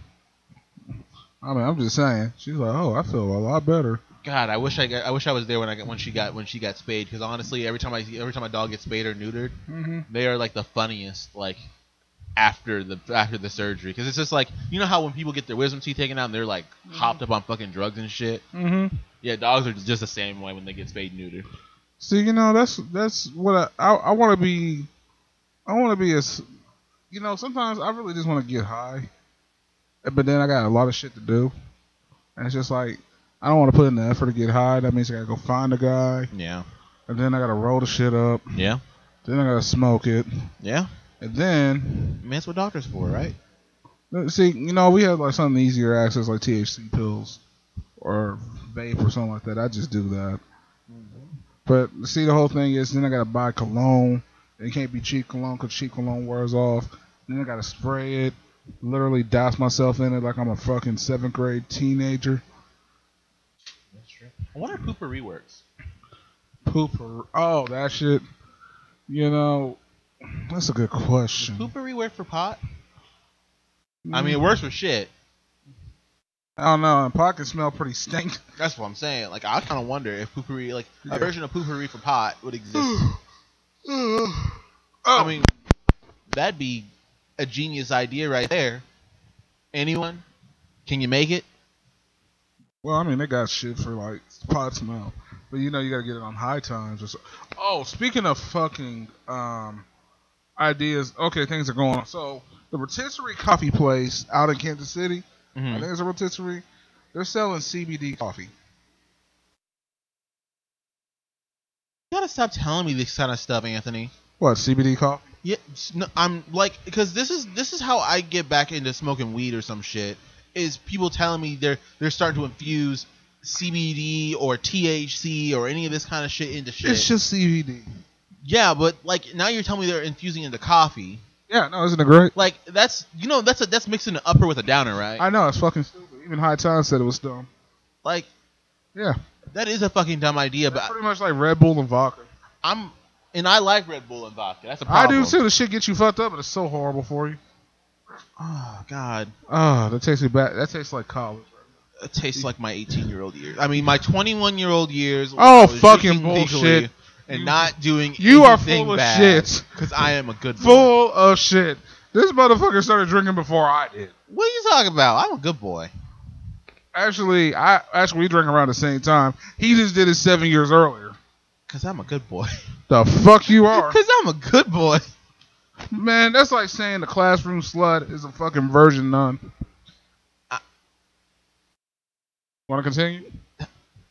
I mean, I'm just saying. She's like, oh, I feel a lot better.
God, I wish I got, I wish I was there when I got when she got when she got spayed because honestly, every time I every time my dog gets spayed or neutered,
Mm-hmm.
they are like the funniest like after the after the surgery because it's just like you know how when people get their wisdom teeth taken out and they're like hopped up on fucking drugs and shit.
Mm-hmm.
Yeah, dogs are just the same way when they get spayed and neutered.
See, you know, that's that's what I I, I want to be. I want to be as, you know. Sometimes I really just want to get high, but then I got a lot of shit to do, and it's just like I don't want to put in the effort to get high. That means I gotta go find a guy,
Yeah,
and then I gotta roll the shit up.
yeah,
Then I gotta smoke it,
yeah.
and then
I mean, that's what doctors for, right?
No, Mm, See, you know, we have like something easier access, like THC pills or vape or something like that. I just do that. But see, the whole thing is then I gotta buy cologne. It can't be cheap cologne because cheap cologne wears off. Then I gotta spray it, literally douse myself in it like I'm a fucking seventh grade teenager.
That's true. I wonder if pooper reworks.
Pooper. Oh, that shit. You know, that's a good question.
Pooper rework for pot? I
Mm-hmm.
mean, it works for shit.
I don't know. And pockets smell pretty stink.
That's what I'm saying. Like, I kind of wonder if poopery, like,
Yeah.
a version of poopery for pot would exist.
oh.
I mean, that'd be a genius idea right there. Anyone? Can you make it?
Well, I mean, they got shit for like pot smell, but you know you gotta get it on high times. Or so. Oh, speaking of fucking um, ideas, okay, things are going on. So the rotisserie coffee place out in Kansas City,
Mm-hmm.
I
Mm.
think it's a rotisserie. They're selling CBD coffee.
You gotta stop telling me this kind of stuff, Anthony.
What CBD coffee?
Yeah, s- no, I'm like, because this is this is how I get back into smoking weed or some shit. Is people telling me they're they're starting to infuse CBD or THC or any of this kind of shit into shit.
It's just CBD.
yeah, but like now you're telling me they're infusing into coffee.
Yeah, no, isn't it great?
Like that's you know that's a that's mixing an upper with a downer, right?
I know it's fucking stupid. Even High Times said it was dumb.
like
Yeah,
that is a fucking dumb idea,
That's
but
pretty much like Red Bull and vodka.
I'm and I like Red Bull and vodka. That's a
I
problem.
do too. The shit gets you fucked up, but it's so horrible for you.
Oh God,
Ah, that tastes bad. That tastes like college.
it tastes like my 18 year old years. I mean, my 21 year old years. when
Oh,
I was
fucking
drinking legally
bullshit.
And
You-
not doing
You are
anything
full of
bad,
shit.
Cause I am a good boy.
Full of shit. This motherfucker started drinking before I did.
What are you talking about? I'm a good boy.
Actually, I actually we drank around the same time. He just did it seven years earlier.
Cause I'm a good boy.
The fuck you are,
Cause I'm a good boy.
man. That's like saying the classroom slut is a fucking virgin nun.
I-
Want to continue?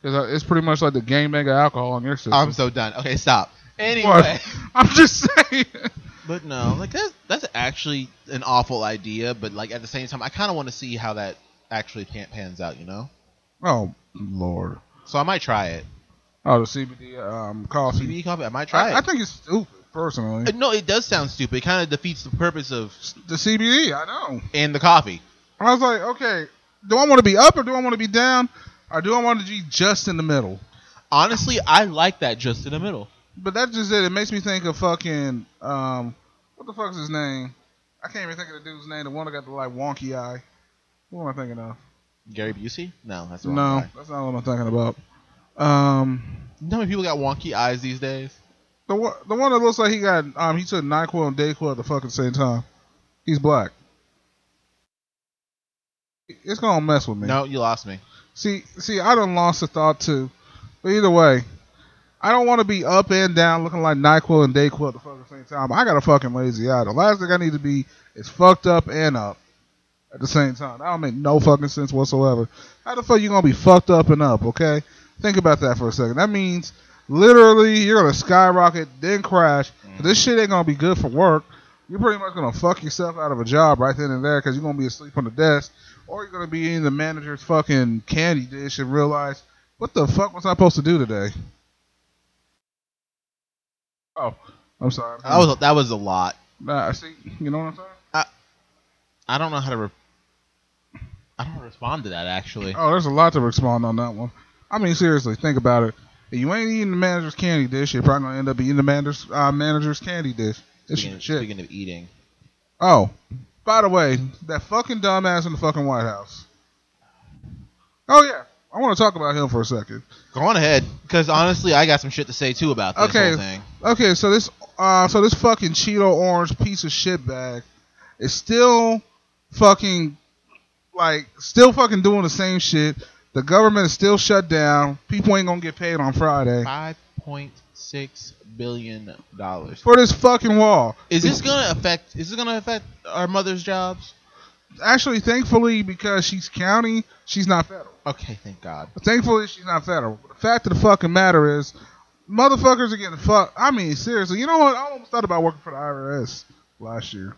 Because it's pretty much like the game of alcohol in your system.
I'm so done. Okay, stop. Anyway,
What? I'm just saying.
but no, like that's that's actually an awful idea. But like at the same time, I kind of want to see how that actually pan- pans out. You know.
Oh lord.
So I might try it.
Oh, the CBD um coffee.
CBD coffee. I might try
I, I
it.
think it's stupid personally.
Uh, no, it does sound stupid. It kind of defeats the purpose of
the CBD, I know.
and the coffee.
I was like, okay, do I want to be up or do I want to be down? Or do I want to be just in the middle?
Honestly, I like that just in the middle.
But that's just it. It makes me think of fucking um, what the fuck's his name? I can't even think of the dude's name. The one that got the like wonky eye. What am I thinking of?
Gary Busey? No, that's the wrong
No,
guy.
that's not what I'm thinking about. Um,
You know how many people got wonky eyes these days?
the one, the one that looks like he got um, he took Nyquil and Dayquil at the fucking same time. He's black. It's gonna mess with me.
No, you lost me.
See, see, I done lost a thought too. But either way, I don't want to be up and down looking like Nyquil and Dayquil at the fucking same time. I got a fucking lazy eye. The last thing I need to be is fucked up and up at the same time. That don't make no fucking sense whatsoever. How the fuck you gonna be fucked up and up? Okay, think about that for a second. That means literally you're gonna skyrocket then crash. This shit ain't gonna be good for work. You're pretty much gonna fuck yourself out of a job right then and there because you're gonna be asleep on the desk, or you're gonna be in the manager's fucking candy dish and realize what the fuck was I supposed to do today? Oh, I'm sorry.
That was that was a lot.
Nah, see, you know what I'm saying?
I don't know how to. Re- I don't respond to that actually.
Oh, there's a lot to respond on that one. I mean, seriously, think about it. If you ain't eating the manager's candy dish, you're probably gonna end up eating the manager's uh, manager's candy dish. This
speaking,
shit.
speaking of eating,
Oh, by the way, that fucking dumbass in the fucking White House. Oh yeah, I want to talk about him for a second.
go on ahead, because honestly, I got some shit to say too about this
Okay.
whole thing.
Okay, so this uh, so this fucking Cheeto orange piece of shit bag is still fucking like still fucking doing the same shit. The government is still shut down. People ain't gonna get paid on Friday.
Five point six billion dollars.
for this fucking wall.
Is this gonna affect? Is this gonna affect our mother's jobs?
Actually, thankfully, because she's county, she's not federal.
Okay, thank God.
Thankfully, she's not federal. The fact of the fucking matter is, motherfuckers are getting fucked. I mean, seriously, you know what? I almost thought about working for the IRS last year.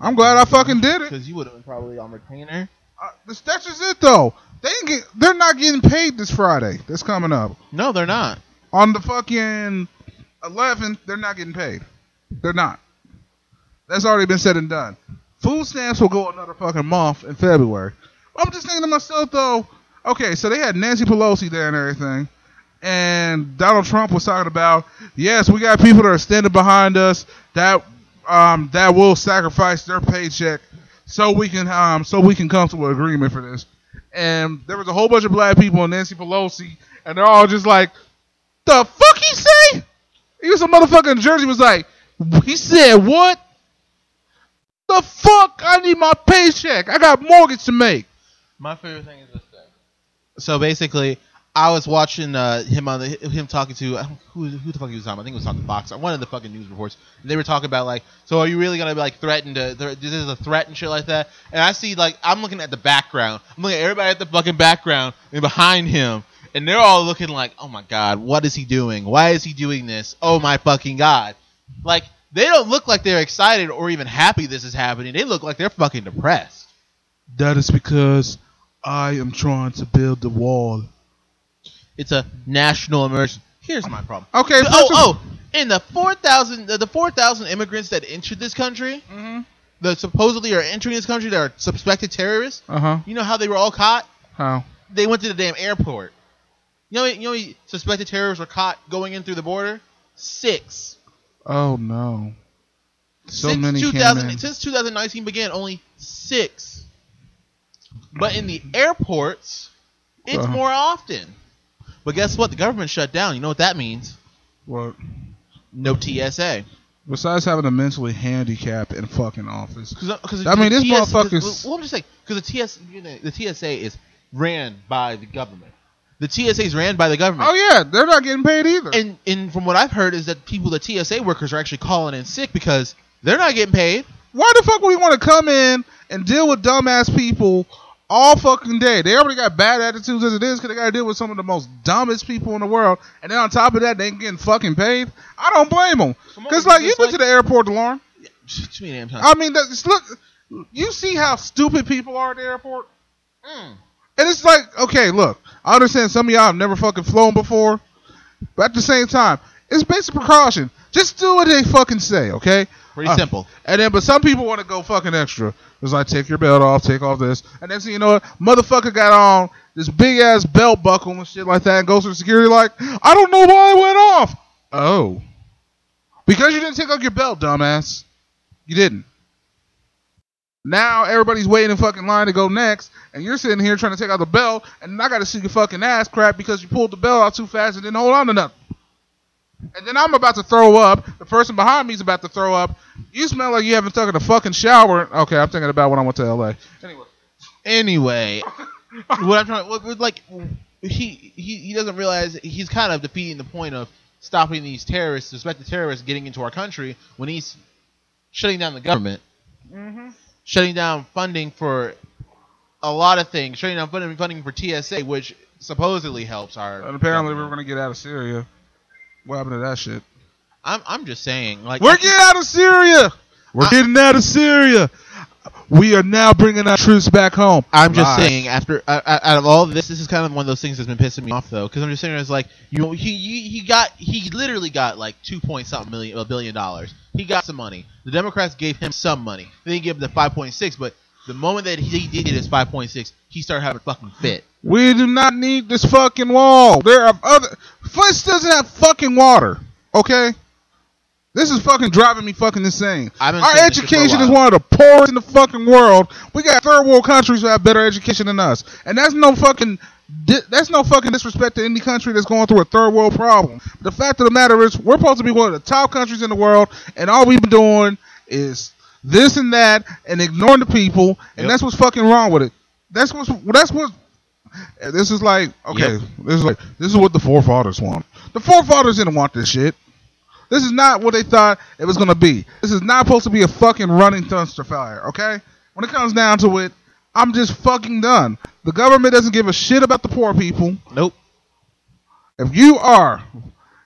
I'm glad I fucking did it.
because you would have been probably on retainer.
Uh, this, that's just it, though. They ain't get, they're not getting paid this Friday. That's coming up
No, they're not.
on the fucking 11th. They're not getting paid. They're not. That's already been said and done. Food stamps will go another fucking month in February. I'm just thinking to myself though, okay, so they had Nancy Pelosi there and everything, and Donald Trump was talking about, yes, we got people that are standing behind us that um, that will sacrifice their paycheck so we can um, so we can come to an agreement for this. And there was a whole bunch of black people and Nancy Pelosi, and they're all just like, the fuck he say? He was a motherfucker in Jersey. Was like, he said what? The fuck? I need my paycheck. I got mortgage to make.
My favorite thing is this thing. So basically, I was watching uh, him on the, him talking to I don't, who who the fuck he was on. I think it was on the Fox, uh, one of the fucking news reports. They were talking about like, so are you really gonna be like threatened? To, th- this is a threat and shit like that. And I see like I'm looking at the background. I'm looking at everybody at the fucking background and behind him, and they're all looking like, oh my god, what is he doing? Why is he doing this? Oh my fucking god! Like they don't look like they're excited or even happy this is happening. They look like they're fucking depressed.
That is because I am trying to build the wall.
It's a national emergency. Here's my problem.
Okay.
oh, oh, in the four thousand, the four thousand immigrants that entered this country,
Mm-hmm.
that supposedly are entering this country that are suspected terrorists.
Uh huh.
You know how they were all caught?
How?
They went to the damn airport. You know, you know, how suspected terrorists were caught going in through the border. Six.
Oh no. So
since
many came
2000,
in.
Since 2019 began, only six. But in the airports, it's
Uh-huh.
more often. But guess what? The government shut down. You know what that means?
What?
No TSA.
Besides having a mentally handicapped in fucking office.
Cause, cause
I mean, this
TS
motherfucker's-
cause- Well, I'm just saying, because the TS, you know, the TSA is ran by the government. The TSA is ran by the government.
Oh yeah, they're not getting paid either.
And and from what I've heard is that people, the TSA workers, are actually calling in sick because they're not getting paid.
Why the fuck would we want to come in and deal with dumbass people all fucking day? They already got bad attitudes as it is because they got to deal with some of the most dumbest people in the world. And then on top of that, they ain't getting fucking paid. I don't blame them.
Come on,
Because, like, you
it's
went to the airport, Lauren.
Too many damn times.
I mean, that's, look, you see how stupid people are at the airport?
Mm.
And it's like, okay, look, I understand some of y'all have never fucking flown before, but at the same time, it's basic precaution. Just do what they fucking say, okay?
Pretty
Uh,
simple.
And then, but some people want to go fucking extra. It's like, take your belt off, take off this. And then, so you know what? Motherfucker got on this big ass belt buckle and shit like that and goes to security, like, I don't know why it went off. Oh. Because you didn't take off your belt, dumbass. You didn't. Now everybody's waiting in fucking line to go next, and you're sitting here trying to take out the bell, and I gotta see your fucking ass crap because you pulled the bell out too fast and didn't hold on to nothing. And then I'm about to throw up. The person behind me's about to throw up. You smell like you haven't taken a fucking shower. Okay, I'm thinking about when I went to LA. Anyway.
Anyway, what I'm trying, what, what, like, he, he he doesn't realize he's kind of defeating the point of stopping these terrorists, suspected terrorists, getting into our country when he's shutting down the government,
Mm-hmm.
shutting down funding for a lot of things, shutting down funding funding for TSA, which supposedly helps our.
And apparently we
government.
we're gonna get out of Syria. What happened to that shit?
I'm I'm just saying, like,
We're getting out of Syria. We're
I-
getting out of Syria. We are now bringing our troops back home.
I'm just
Lies.
saying, after uh, out of all this, this is kind of one of those things that's been pissing me off though, because I'm just saying, it's like you know, he, he he got he literally got like two point something million a billion dollars. He got some money. The Democrats gave him some money. They didn't give him the five point six, but the moment that he, he did get his five point six, he started having a fucking fit.
We do not need this fucking wall. There are other. Flint doesn't have fucking water. Okay. This is fucking driving me fucking insane.
I've been
Our
saying this shit for a
education is
while.
one of the poorest in the fucking world. We got third world countries who have better education than us, and that's no fucking di- that's no fucking disrespect to any country that's going through a third world problem. The fact of the matter is, we're supposed to be one of the top countries in the world, and all we've been doing is this and that, and ignoring the people, and
Yep.
that's what's fucking wrong with it. That's what's that's what. This is like okay.
Yep.
This is like this is what the forefathers want. The forefathers didn't want this shit. This is not what they thought it was gonna be. This is not supposed to be a fucking running dumpster fire, okay? When it comes down to it, I'm just fucking done. The government doesn't give a shit about the poor people.
Nope.
If you are,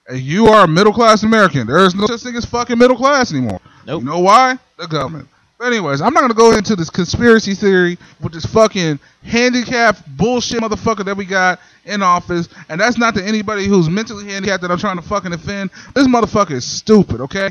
if you are a middle class American, there is no such thing as fucking middle class anymore.
Nope.
You know why? The government. But anyways, I'm not gonna go into this conspiracy theory with this fucking handicapped bullshit motherfucker that we got in office, and that's not to anybody who's mentally handicapped that I'm trying to fucking offend. This motherfucker is stupid, okay?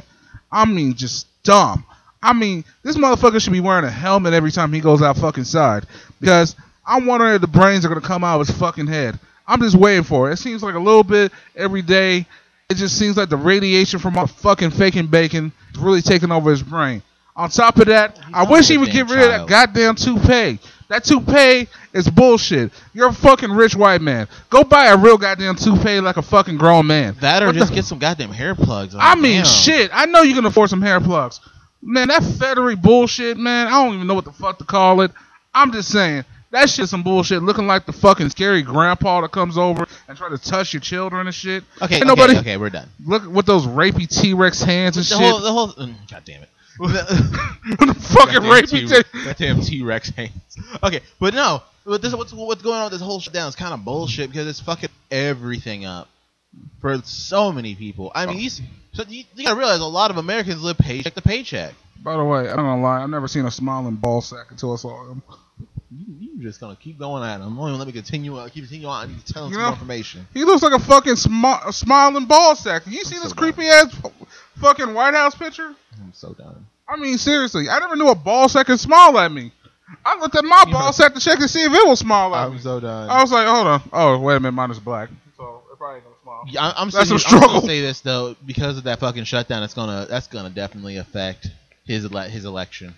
I mean, just dumb. I mean, this motherfucker should be wearing a helmet every time he goes out fucking side because I'm wondering if the brains are gonna come out of his fucking head. I'm just waiting for it. It seems like a little bit every day. It just seems like the radiation from all the fucking faking bacon is really taking over his brain. On top of that, I
not
wish he
a
would get
damn
rid of that
child.
goddamn toupee. That toupee is bullshit. You're a fucking rich white man. Go buy a real goddamn toupee like a fucking grown man.
That or
What the
just get some goddamn hair plugs.
I mean,
damn.
shit. I know you can afford some hair plugs. Man, that feathery bullshit, man. I don't even know what the fuck to call it. I'm just saying. That shit's some bullshit. Looking like the fucking scary grandpa that comes over and try to touch your children and shit.
Okay,
Ain't
okay,
nobody
okay, we're done.
look with those rapey T Rex hands and
The
shit.
whole, the whole, mm, god damn it.
the fucking rapey.
T-
T-
goddamn T Rex hands. Okay, but no, but this what's what's going on with this whole shutdown is kind of bullshit because it's fucking everything up for so many people. I mean, these so you, you gotta realize a lot of Americans live paycheck to paycheck.
By the way, I'm not gonna lie. I've never seen a smiling ball sack until I saw him.
You, you just gonna keep going at them. Don't even let me continue. on keep continue on. I need to tell them
You
some
know-
more information.
He looks like a fucking sm- a smiling ball sack. You see
so
this
done.
creepy ass fucking White House picture?
I'm so done.
I mean, seriously, I never knew a ball sack could smile at me. I looked at my
You
ball
know-
sack to check and see if it was smile at
I'm
me.
so done.
I was like, hold on. Oh, wait a minute, mine is black. So it probably ain't gonna smile.
Yeah, I- I'm
That's
saying-
a
I'm
struggle.
gonna say this though because of that fucking shutdown. It's gonna that's gonna definitely affect his ele- his election.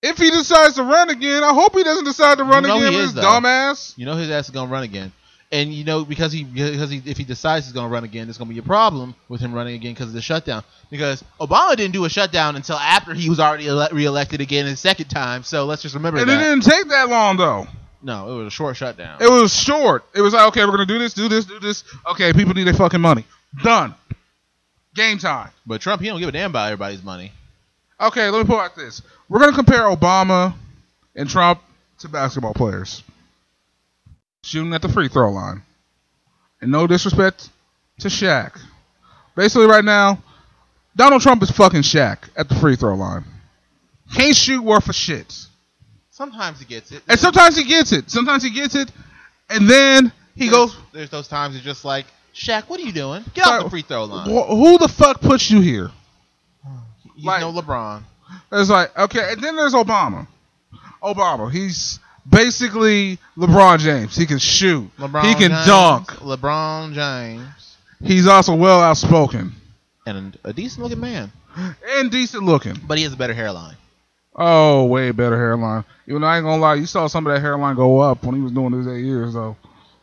If he decides to run again, I hope he doesn't decide to run
You know
again
he
with
is,
his
though.
dumbass.
You know his ass is gonna run again, and you know because he because he, if he decides he's gonna run again, there's gonna be a problem with him running again because of the shutdown. Because Obama didn't do a shutdown until after he was already ele- reelected again his second time. So let's just remember
And it
that.
didn't take that long though.
no, it was a short shutdown.
It was short. It was like, okay, we're gonna do this, do this, do this. Okay, people need their fucking money. Done. Game time.
but Trump, he don't give a damn about everybody's money.
Okay, let me pull out this. We're gonna compare Obama and Trump to basketball players shooting at the free throw line. And no disrespect to Shaq. Basically, right now, Donald Trump is fucking Shaq at the free throw line. Can't shoot worth a shit.
Sometimes he gets it.
And sometimes he gets it. Sometimes he gets it, and then he goes.
There's those times it's just like Shaq, what are you doing? Get off the free throw line.
"Wh- Who the fuck puts you here?
He's
like-
no LeBron.
It's like okay, and then there's Obama. Obama, he's basically LeBron James. He can shoot.
LeBron
he can
James,
dunk.
LeBron James.
He's also well outspoken
and a decent looking man,
and decent looking.
but he has a better hairline.
Oh, way better hairline. Even though I ain't gonna lie, you saw some of that hairline go up when he was doing his eight years though.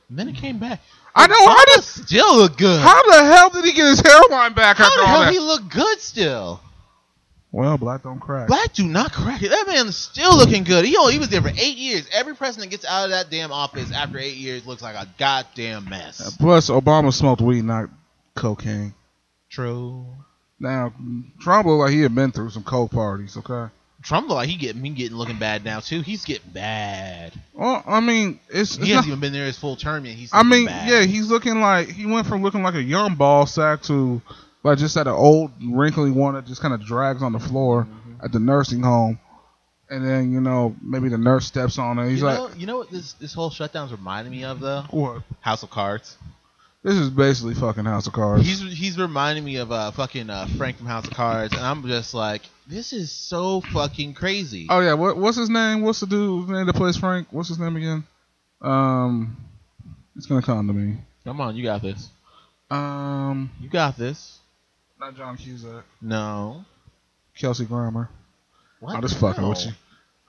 And then it came back.
I know. How
Obama
the
still look good.
how the hell did he get his hairline back
How
after
the
all
hell
that?
he look good still?
well, black don't crack.
Black do not crack it. That man's still looking good. He only, he was there for eight years. Every president gets out of that damn office after eight years looks like a goddamn
Uh,
mess.
Plus, Obama smoked weed, not cocaine.
True.
Now, Trump looked like he had been through some coke parties. Okay.
Trump look like he getting he getting looking bad now too. He's getting bad.
Well, I mean, it's, it's
He
not,
hasn't even been there his full term yet. He's
I
looking
mean,
bad.
yeah, he's looking like he went from looking like a young ball sack to like just that old wrinkly one that just kind of drags on the floor
Mm-hmm.
at the nursing home, and then you know maybe the nurse steps on it. He's
you
like,
know, you know what this this whole shutdown's reminding me of though?
"What?
House of Cards.
This is basically fucking House of Cards."
He's he's reminding me of uh fucking uh, Frank from House of Cards, and I'm just like, this is so fucking crazy.
oh yeah, what, what's his name? What's the dude's name that plays Frank? What's his name again? Um, it's gonna come to me.
Come on, you got this.
Um,
You got this.
not John Cusack.
No.
Kelsey Grammer.
What?
I'm just fucking
No.
with you.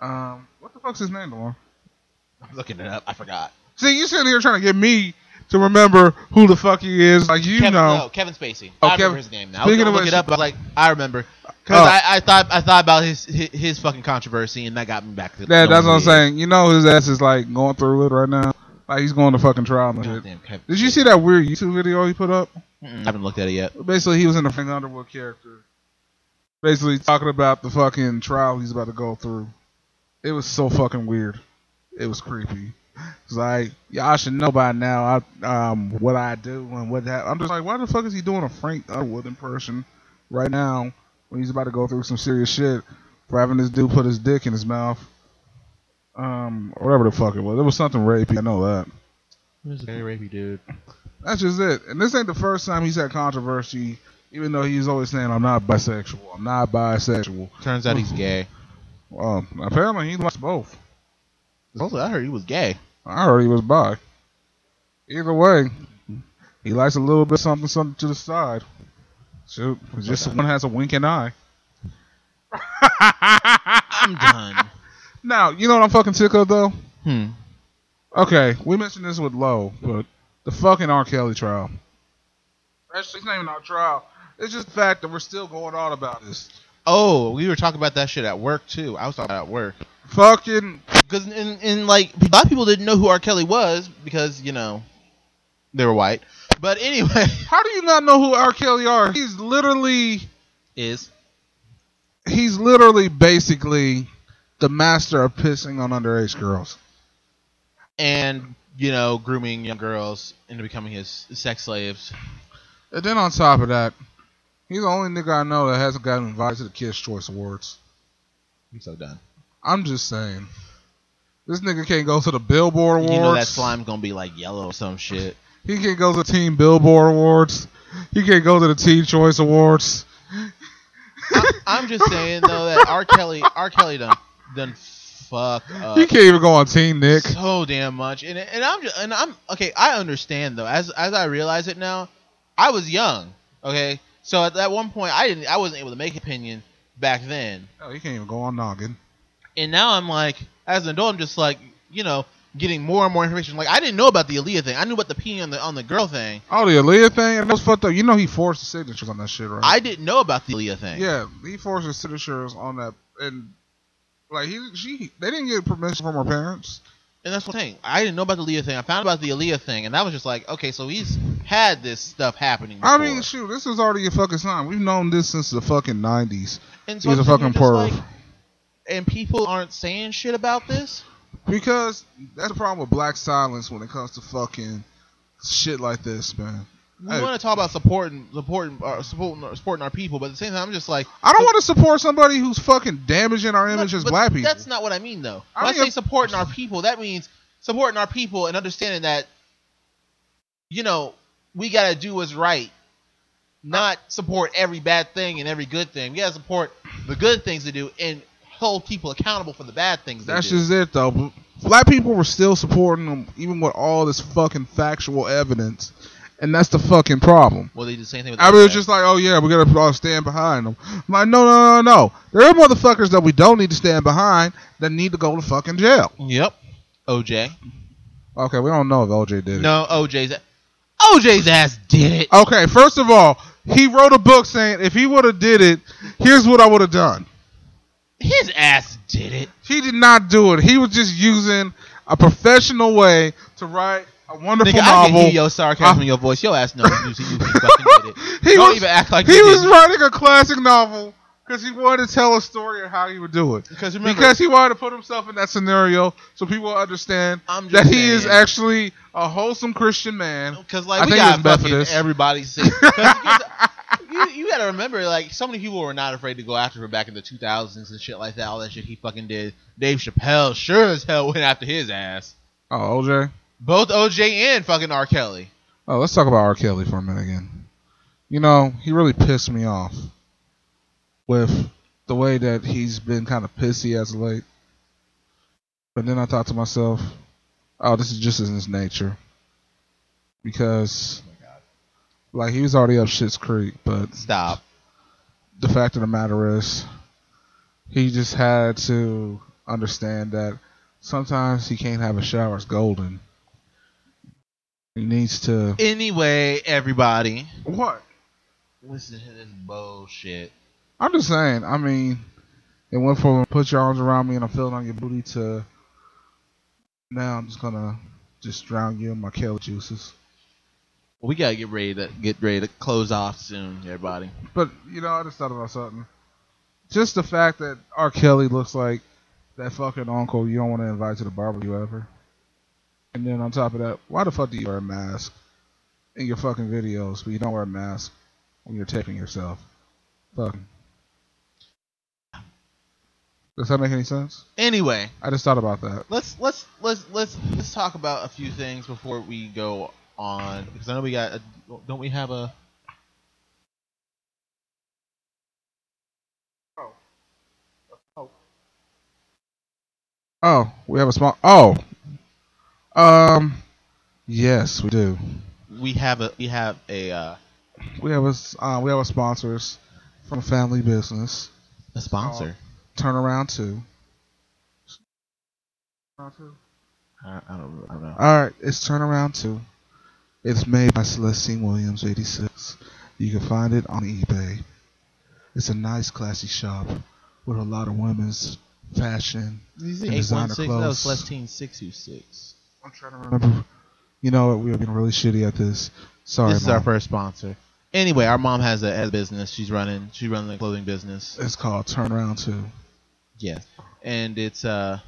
Um, what the fuck's his name, Delon?
I'm looking it up. I forgot.
See, you sitting here trying to get me to remember who the fuck he is. Like you
Kevin,
know,
no, Kevin Spacey.
Oh,
I remember
Kevin-
his name now. I was
Speaking
gonna
of
look
which-
it up, but I was like, I remember because
Oh.
I, I thought I thought about his, his his fucking controversy, and that got me back to.
that, that's what I'm
knowing who
saying. You know, his ass is like going through it right now. Like he's going to fucking trial and
he is.
shit.
Goddamn Kevin
Did you
Spacey.
see that weird YouTube video he put up?
Mm-mm, I haven't looked at it yet.
Basically, he was in the Frank Underwood character, basically talking about the fucking trial he's about to go through. It was so fucking weird. It was creepy. It's like y'all should know by now I, um, what I do and what that. I'm just like, why the fuck is he doing a Frank Underwood impression right now when he's about to go through some serious shit for having this dude put his dick in his mouth? Um, or whatever the fuck it was. It was something rapey. I know that.
This is very rapey dude.
That's just it. And this ain't the first time he's had controversy, even though he's always saying, I'm not bisexual. I'm not bisexual.
Turns out he's gay.
Um, apparently, he likes both.
Also, I heard he was gay.
I heard he was bi. Either way, he likes a little bit something, something to the side. Shoot, it's just one has a winking eye.
I'm done.
Now, you know what I'm fucking sick of, though?
hmm.
Okay, we mentioned this with Lowe, but the fucking R. Kelly trial. Actually, it's not even our trial. It's just the fact that we're still going on about this.
Oh, we were talking about that shit at work too. I was talking about it at work
Fucking
because in, in like a lot of people didn't know who R. Kelly was because you know they were white. But anyway,
How do you not know who R. Kelly are? He's literally,
is
he's literally, basically, the master of pissing on underage girls.
and you know grooming young girls into becoming his sex slaves.
And then on top of that, he's the only nigga I know that hasn't gotten invited to the Kids Choice Awards.
I'm so done.
I'm just saying, this nigga can't go to the Billboard Awards.
You know that slime's gonna be like yellow or some shit.
He can't go to Team Billboard Awards. He can't go to the Teen Choice Awards.
I'm just saying though that R. Kelly, R. Kelly done done fuck up.
he can't even go on Team Nick.
so damn much. And and I'm just, and I'm okay. I understand though. As as I realize it now, I was young. Okay, so at that one point, I didn't. I wasn't able to make opinion back then.
Oh, he can't even go on Noggin.
And now I'm like, as an adult, I'm just like, you know, getting more and more information. Like I didn't know about the Aaliyah thing. I knew about the peeing on the on the girl thing.
Oh, the Aaliyah thing? That was fucked up. You know he forged the signatures on that shit, right?
I didn't know about the Aaliyah thing.
Yeah, he forced his signatures on that, and like he, she, they didn't get permission from her parents.
And that's the thing. I didn't know about the Aaliyah thing. I found about the Aaliyah thing, and I was just like, okay, so he's had this stuff happening. Before.
I mean, shoot, this is already a fucking sign. We've known this since the fucking nineties
and
he's
I'm
a
sitting
fucking
here just
perv.
and people aren't saying shit about this.
because that's the problem with black silence when it comes to fucking shit like this, man.
We
Hey.
want to talk about supporting, supporting, uh, supporting, our- supporting our people, but at the same time, I'm just like,
I don't want to support somebody who's fucking damaging our image
but-
as
but
black people.
That's not what I mean, though.
I
When I,
mean,
say supporting our people, that means supporting our people and understanding that, you know, we gotta do what's right, not support every bad thing and every good thing. We gotta support the good things they do and hold people accountable for the bad things they
That's
do.
just it, though. But Black people were still supporting them, even with all this fucking factual evidence. and that's the fucking problem.
Well, they did the same thing. With
I was
Outback.
just like, oh yeah, we gotta all stand behind them. I'm like, no, no, no, no. There are motherfuckers that we don't need to stand behind that need to go to fucking jail.
Yep. OJ.
Okay, we don't know if OJ did it.
No, OJ's. OJ's ass did it.
Okay, first of all, he wrote a book saying if he would have did it, here's what I would have done.
His ass did it.
He did not do it. He was just using a professional way to write a wonderful
Nigga, I
novel.
can hear your sarcasm
I-
in your voice. Your ass knows you, you, you fucking did it.
He
Don't
was-
even act like
he
you
was
didn't.
writing a classic novel because he wanted to tell a story of how he would do it.
Because remember,
because he wanted to put himself in that scenario so people will understand
I'm just
that he is
saying. Oh,
actually a wholesome Christian man.
Because like
I
we
think it was
got fucking
Methodist.
everybody sick. 'Cause you, you gotta remember, like so many people were not afraid to go after her back in the 2000s and shit like that. All that shit he fucking did. Dave Chappelle sure as hell went after his ass.
Oh, OJ.
Both OJ and fucking R. Kelly.
Oh, let's talk about R. Kelly for a minute again. You know, he really pissed me off with the way that he's been kind of pissy as of late. But then I thought to myself, oh, this is just in his nature. Because, like, he was already up Shit's Creek, but
Stop.
the fact of the matter is, he just had to understand that sometimes he can't have a shower. It's golden. He needs to.
Anyway, everybody,
What?
listen to this bullshit.
I'm just saying. I mean, it went from put your arms around me and I'm feeling on your booty to now I'm just gonna just drown you in my kale juices.
We gotta get ready to get ready to close off soon, everybody.
But you know, I just thought about something. Just the fact that R. Kelly looks like that fucking uncle you don't want to invite to the barbecue ever. And then on top of that, why the fuck do you wear a mask in your fucking videos, but you don't wear a mask when you're taping yourself? Fucking. Does that make any sense?
Anyway,
I just thought about that.
let's let's let's let's let's talk about a few things before we go on because I know we got a, don't we have a
Oh, we have a small. Oh, um, yes, we do.
we have a we have a uh,
We have a s- uh, we have a sponsors from Family Business
a sponsor.
Turnaround Two.
I, I don't I don't know.
All right, it's Turnaround Two. It's made by Celestine Williams, eighty six. You can find it on eBay. It's a nice, classy shop with a lot of women's fashion.
Is
and
it eight one
designer
six? No,
clothes.
Celestine six two six.
I'm trying to remember. You know what? We are being really shitty at this. Sorry,
This is our
Mom.
first sponsor. Anyway, our mom has a, has a business. She's running. She's running a clothing business.
It's called Turnaround Two.
Yes, and it's uh,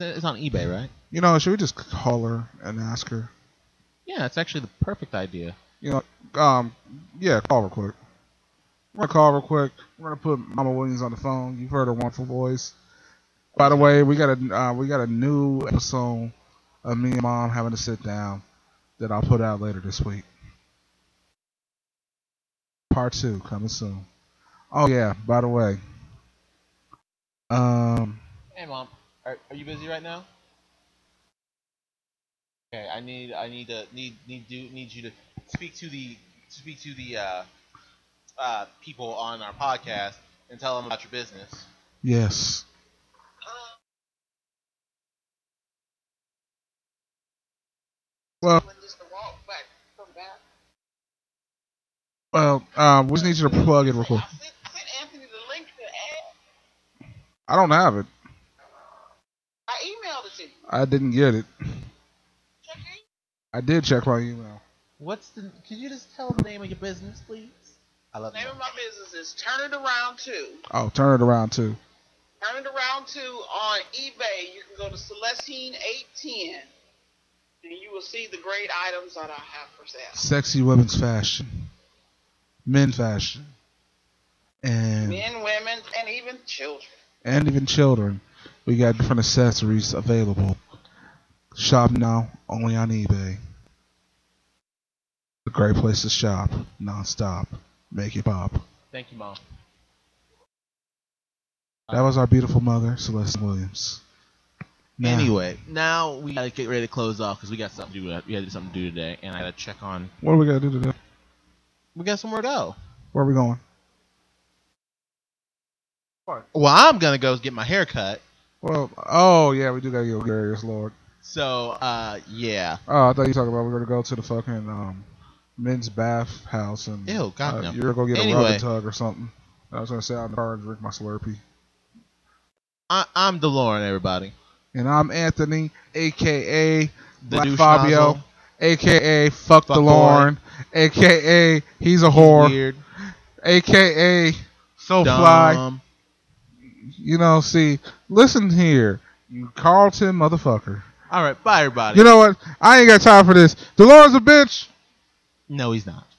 it's on eBay, right?
You know, should we just call her and ask her?
Yeah, it's actually the perfect idea.
You know, um, yeah, call real quick. We're gonna call real quick. We're gonna put Mama Williams on the phone. You've heard her wonderful voice. By the way, we got a uh, we got a new episode of me and Mom having to sit down that I'll put out later this week. Part two coming soon. Oh yeah, by the way, um,
Hey, mom, are, are you busy right now? Okay, I need I need to need need do need you to speak to the speak to the uh, uh, people on our podcast and tell them about your business.
yes, Well- well, uh, we just need you to plug it real quick.
Anthony the link to add.
I don't have it.
I emailed it to you.
I didn't get it.
Check your email.
I did check my email.
What's the? Could you just tell the name of your business, please? I love
Name
you.
of my business is Turn It Around 2.
Oh, turn it around too.
Turn It Around 2 on eBay. You can go to Celestine810 and you will see the great items that I have for sale.
Sexy women's fashion, men fashion, and
Men, women, and even children.
and even children. We got different accessories available. Shop now only on eBay. A great place to shop, non-stop. Make it pop.
Thank you, mom.
That was our beautiful mother, Celeste Williams. Nah.
Anyway, now we gotta get ready to close off because we got something to do. We gotta do something to do today, and I gotta check on.
What do we gotta do today?
We got somewhere to go.
Where are we going?
Well, I'm gonna go get my hair cut.
Well, oh yeah, we do gotta go Darius Lord.
So, uh, yeah.
Oh, I thought you were talking about we we're gonna go to the fucking um, men's bath house and uh,
Ew, God, no.
you're gonna go get a rub
Anyway.
and tug or something. I was gonna sit out in the car and drink my Slurpee.
I- I'm DeLorean, everybody.
And I'm Anthony, aka
The
Black
douche
Fabio,
nozzle.
aka Fuck,
Fuck
the Lauren, aka He's a whore,
Weird.
aka So Fly.
Dumb.
You know, see, listen here, you Carlton motherfucker.
All right, bye, everybody.
You know what? I ain't got time for this. The Lauren's a bitch.
no, he's not.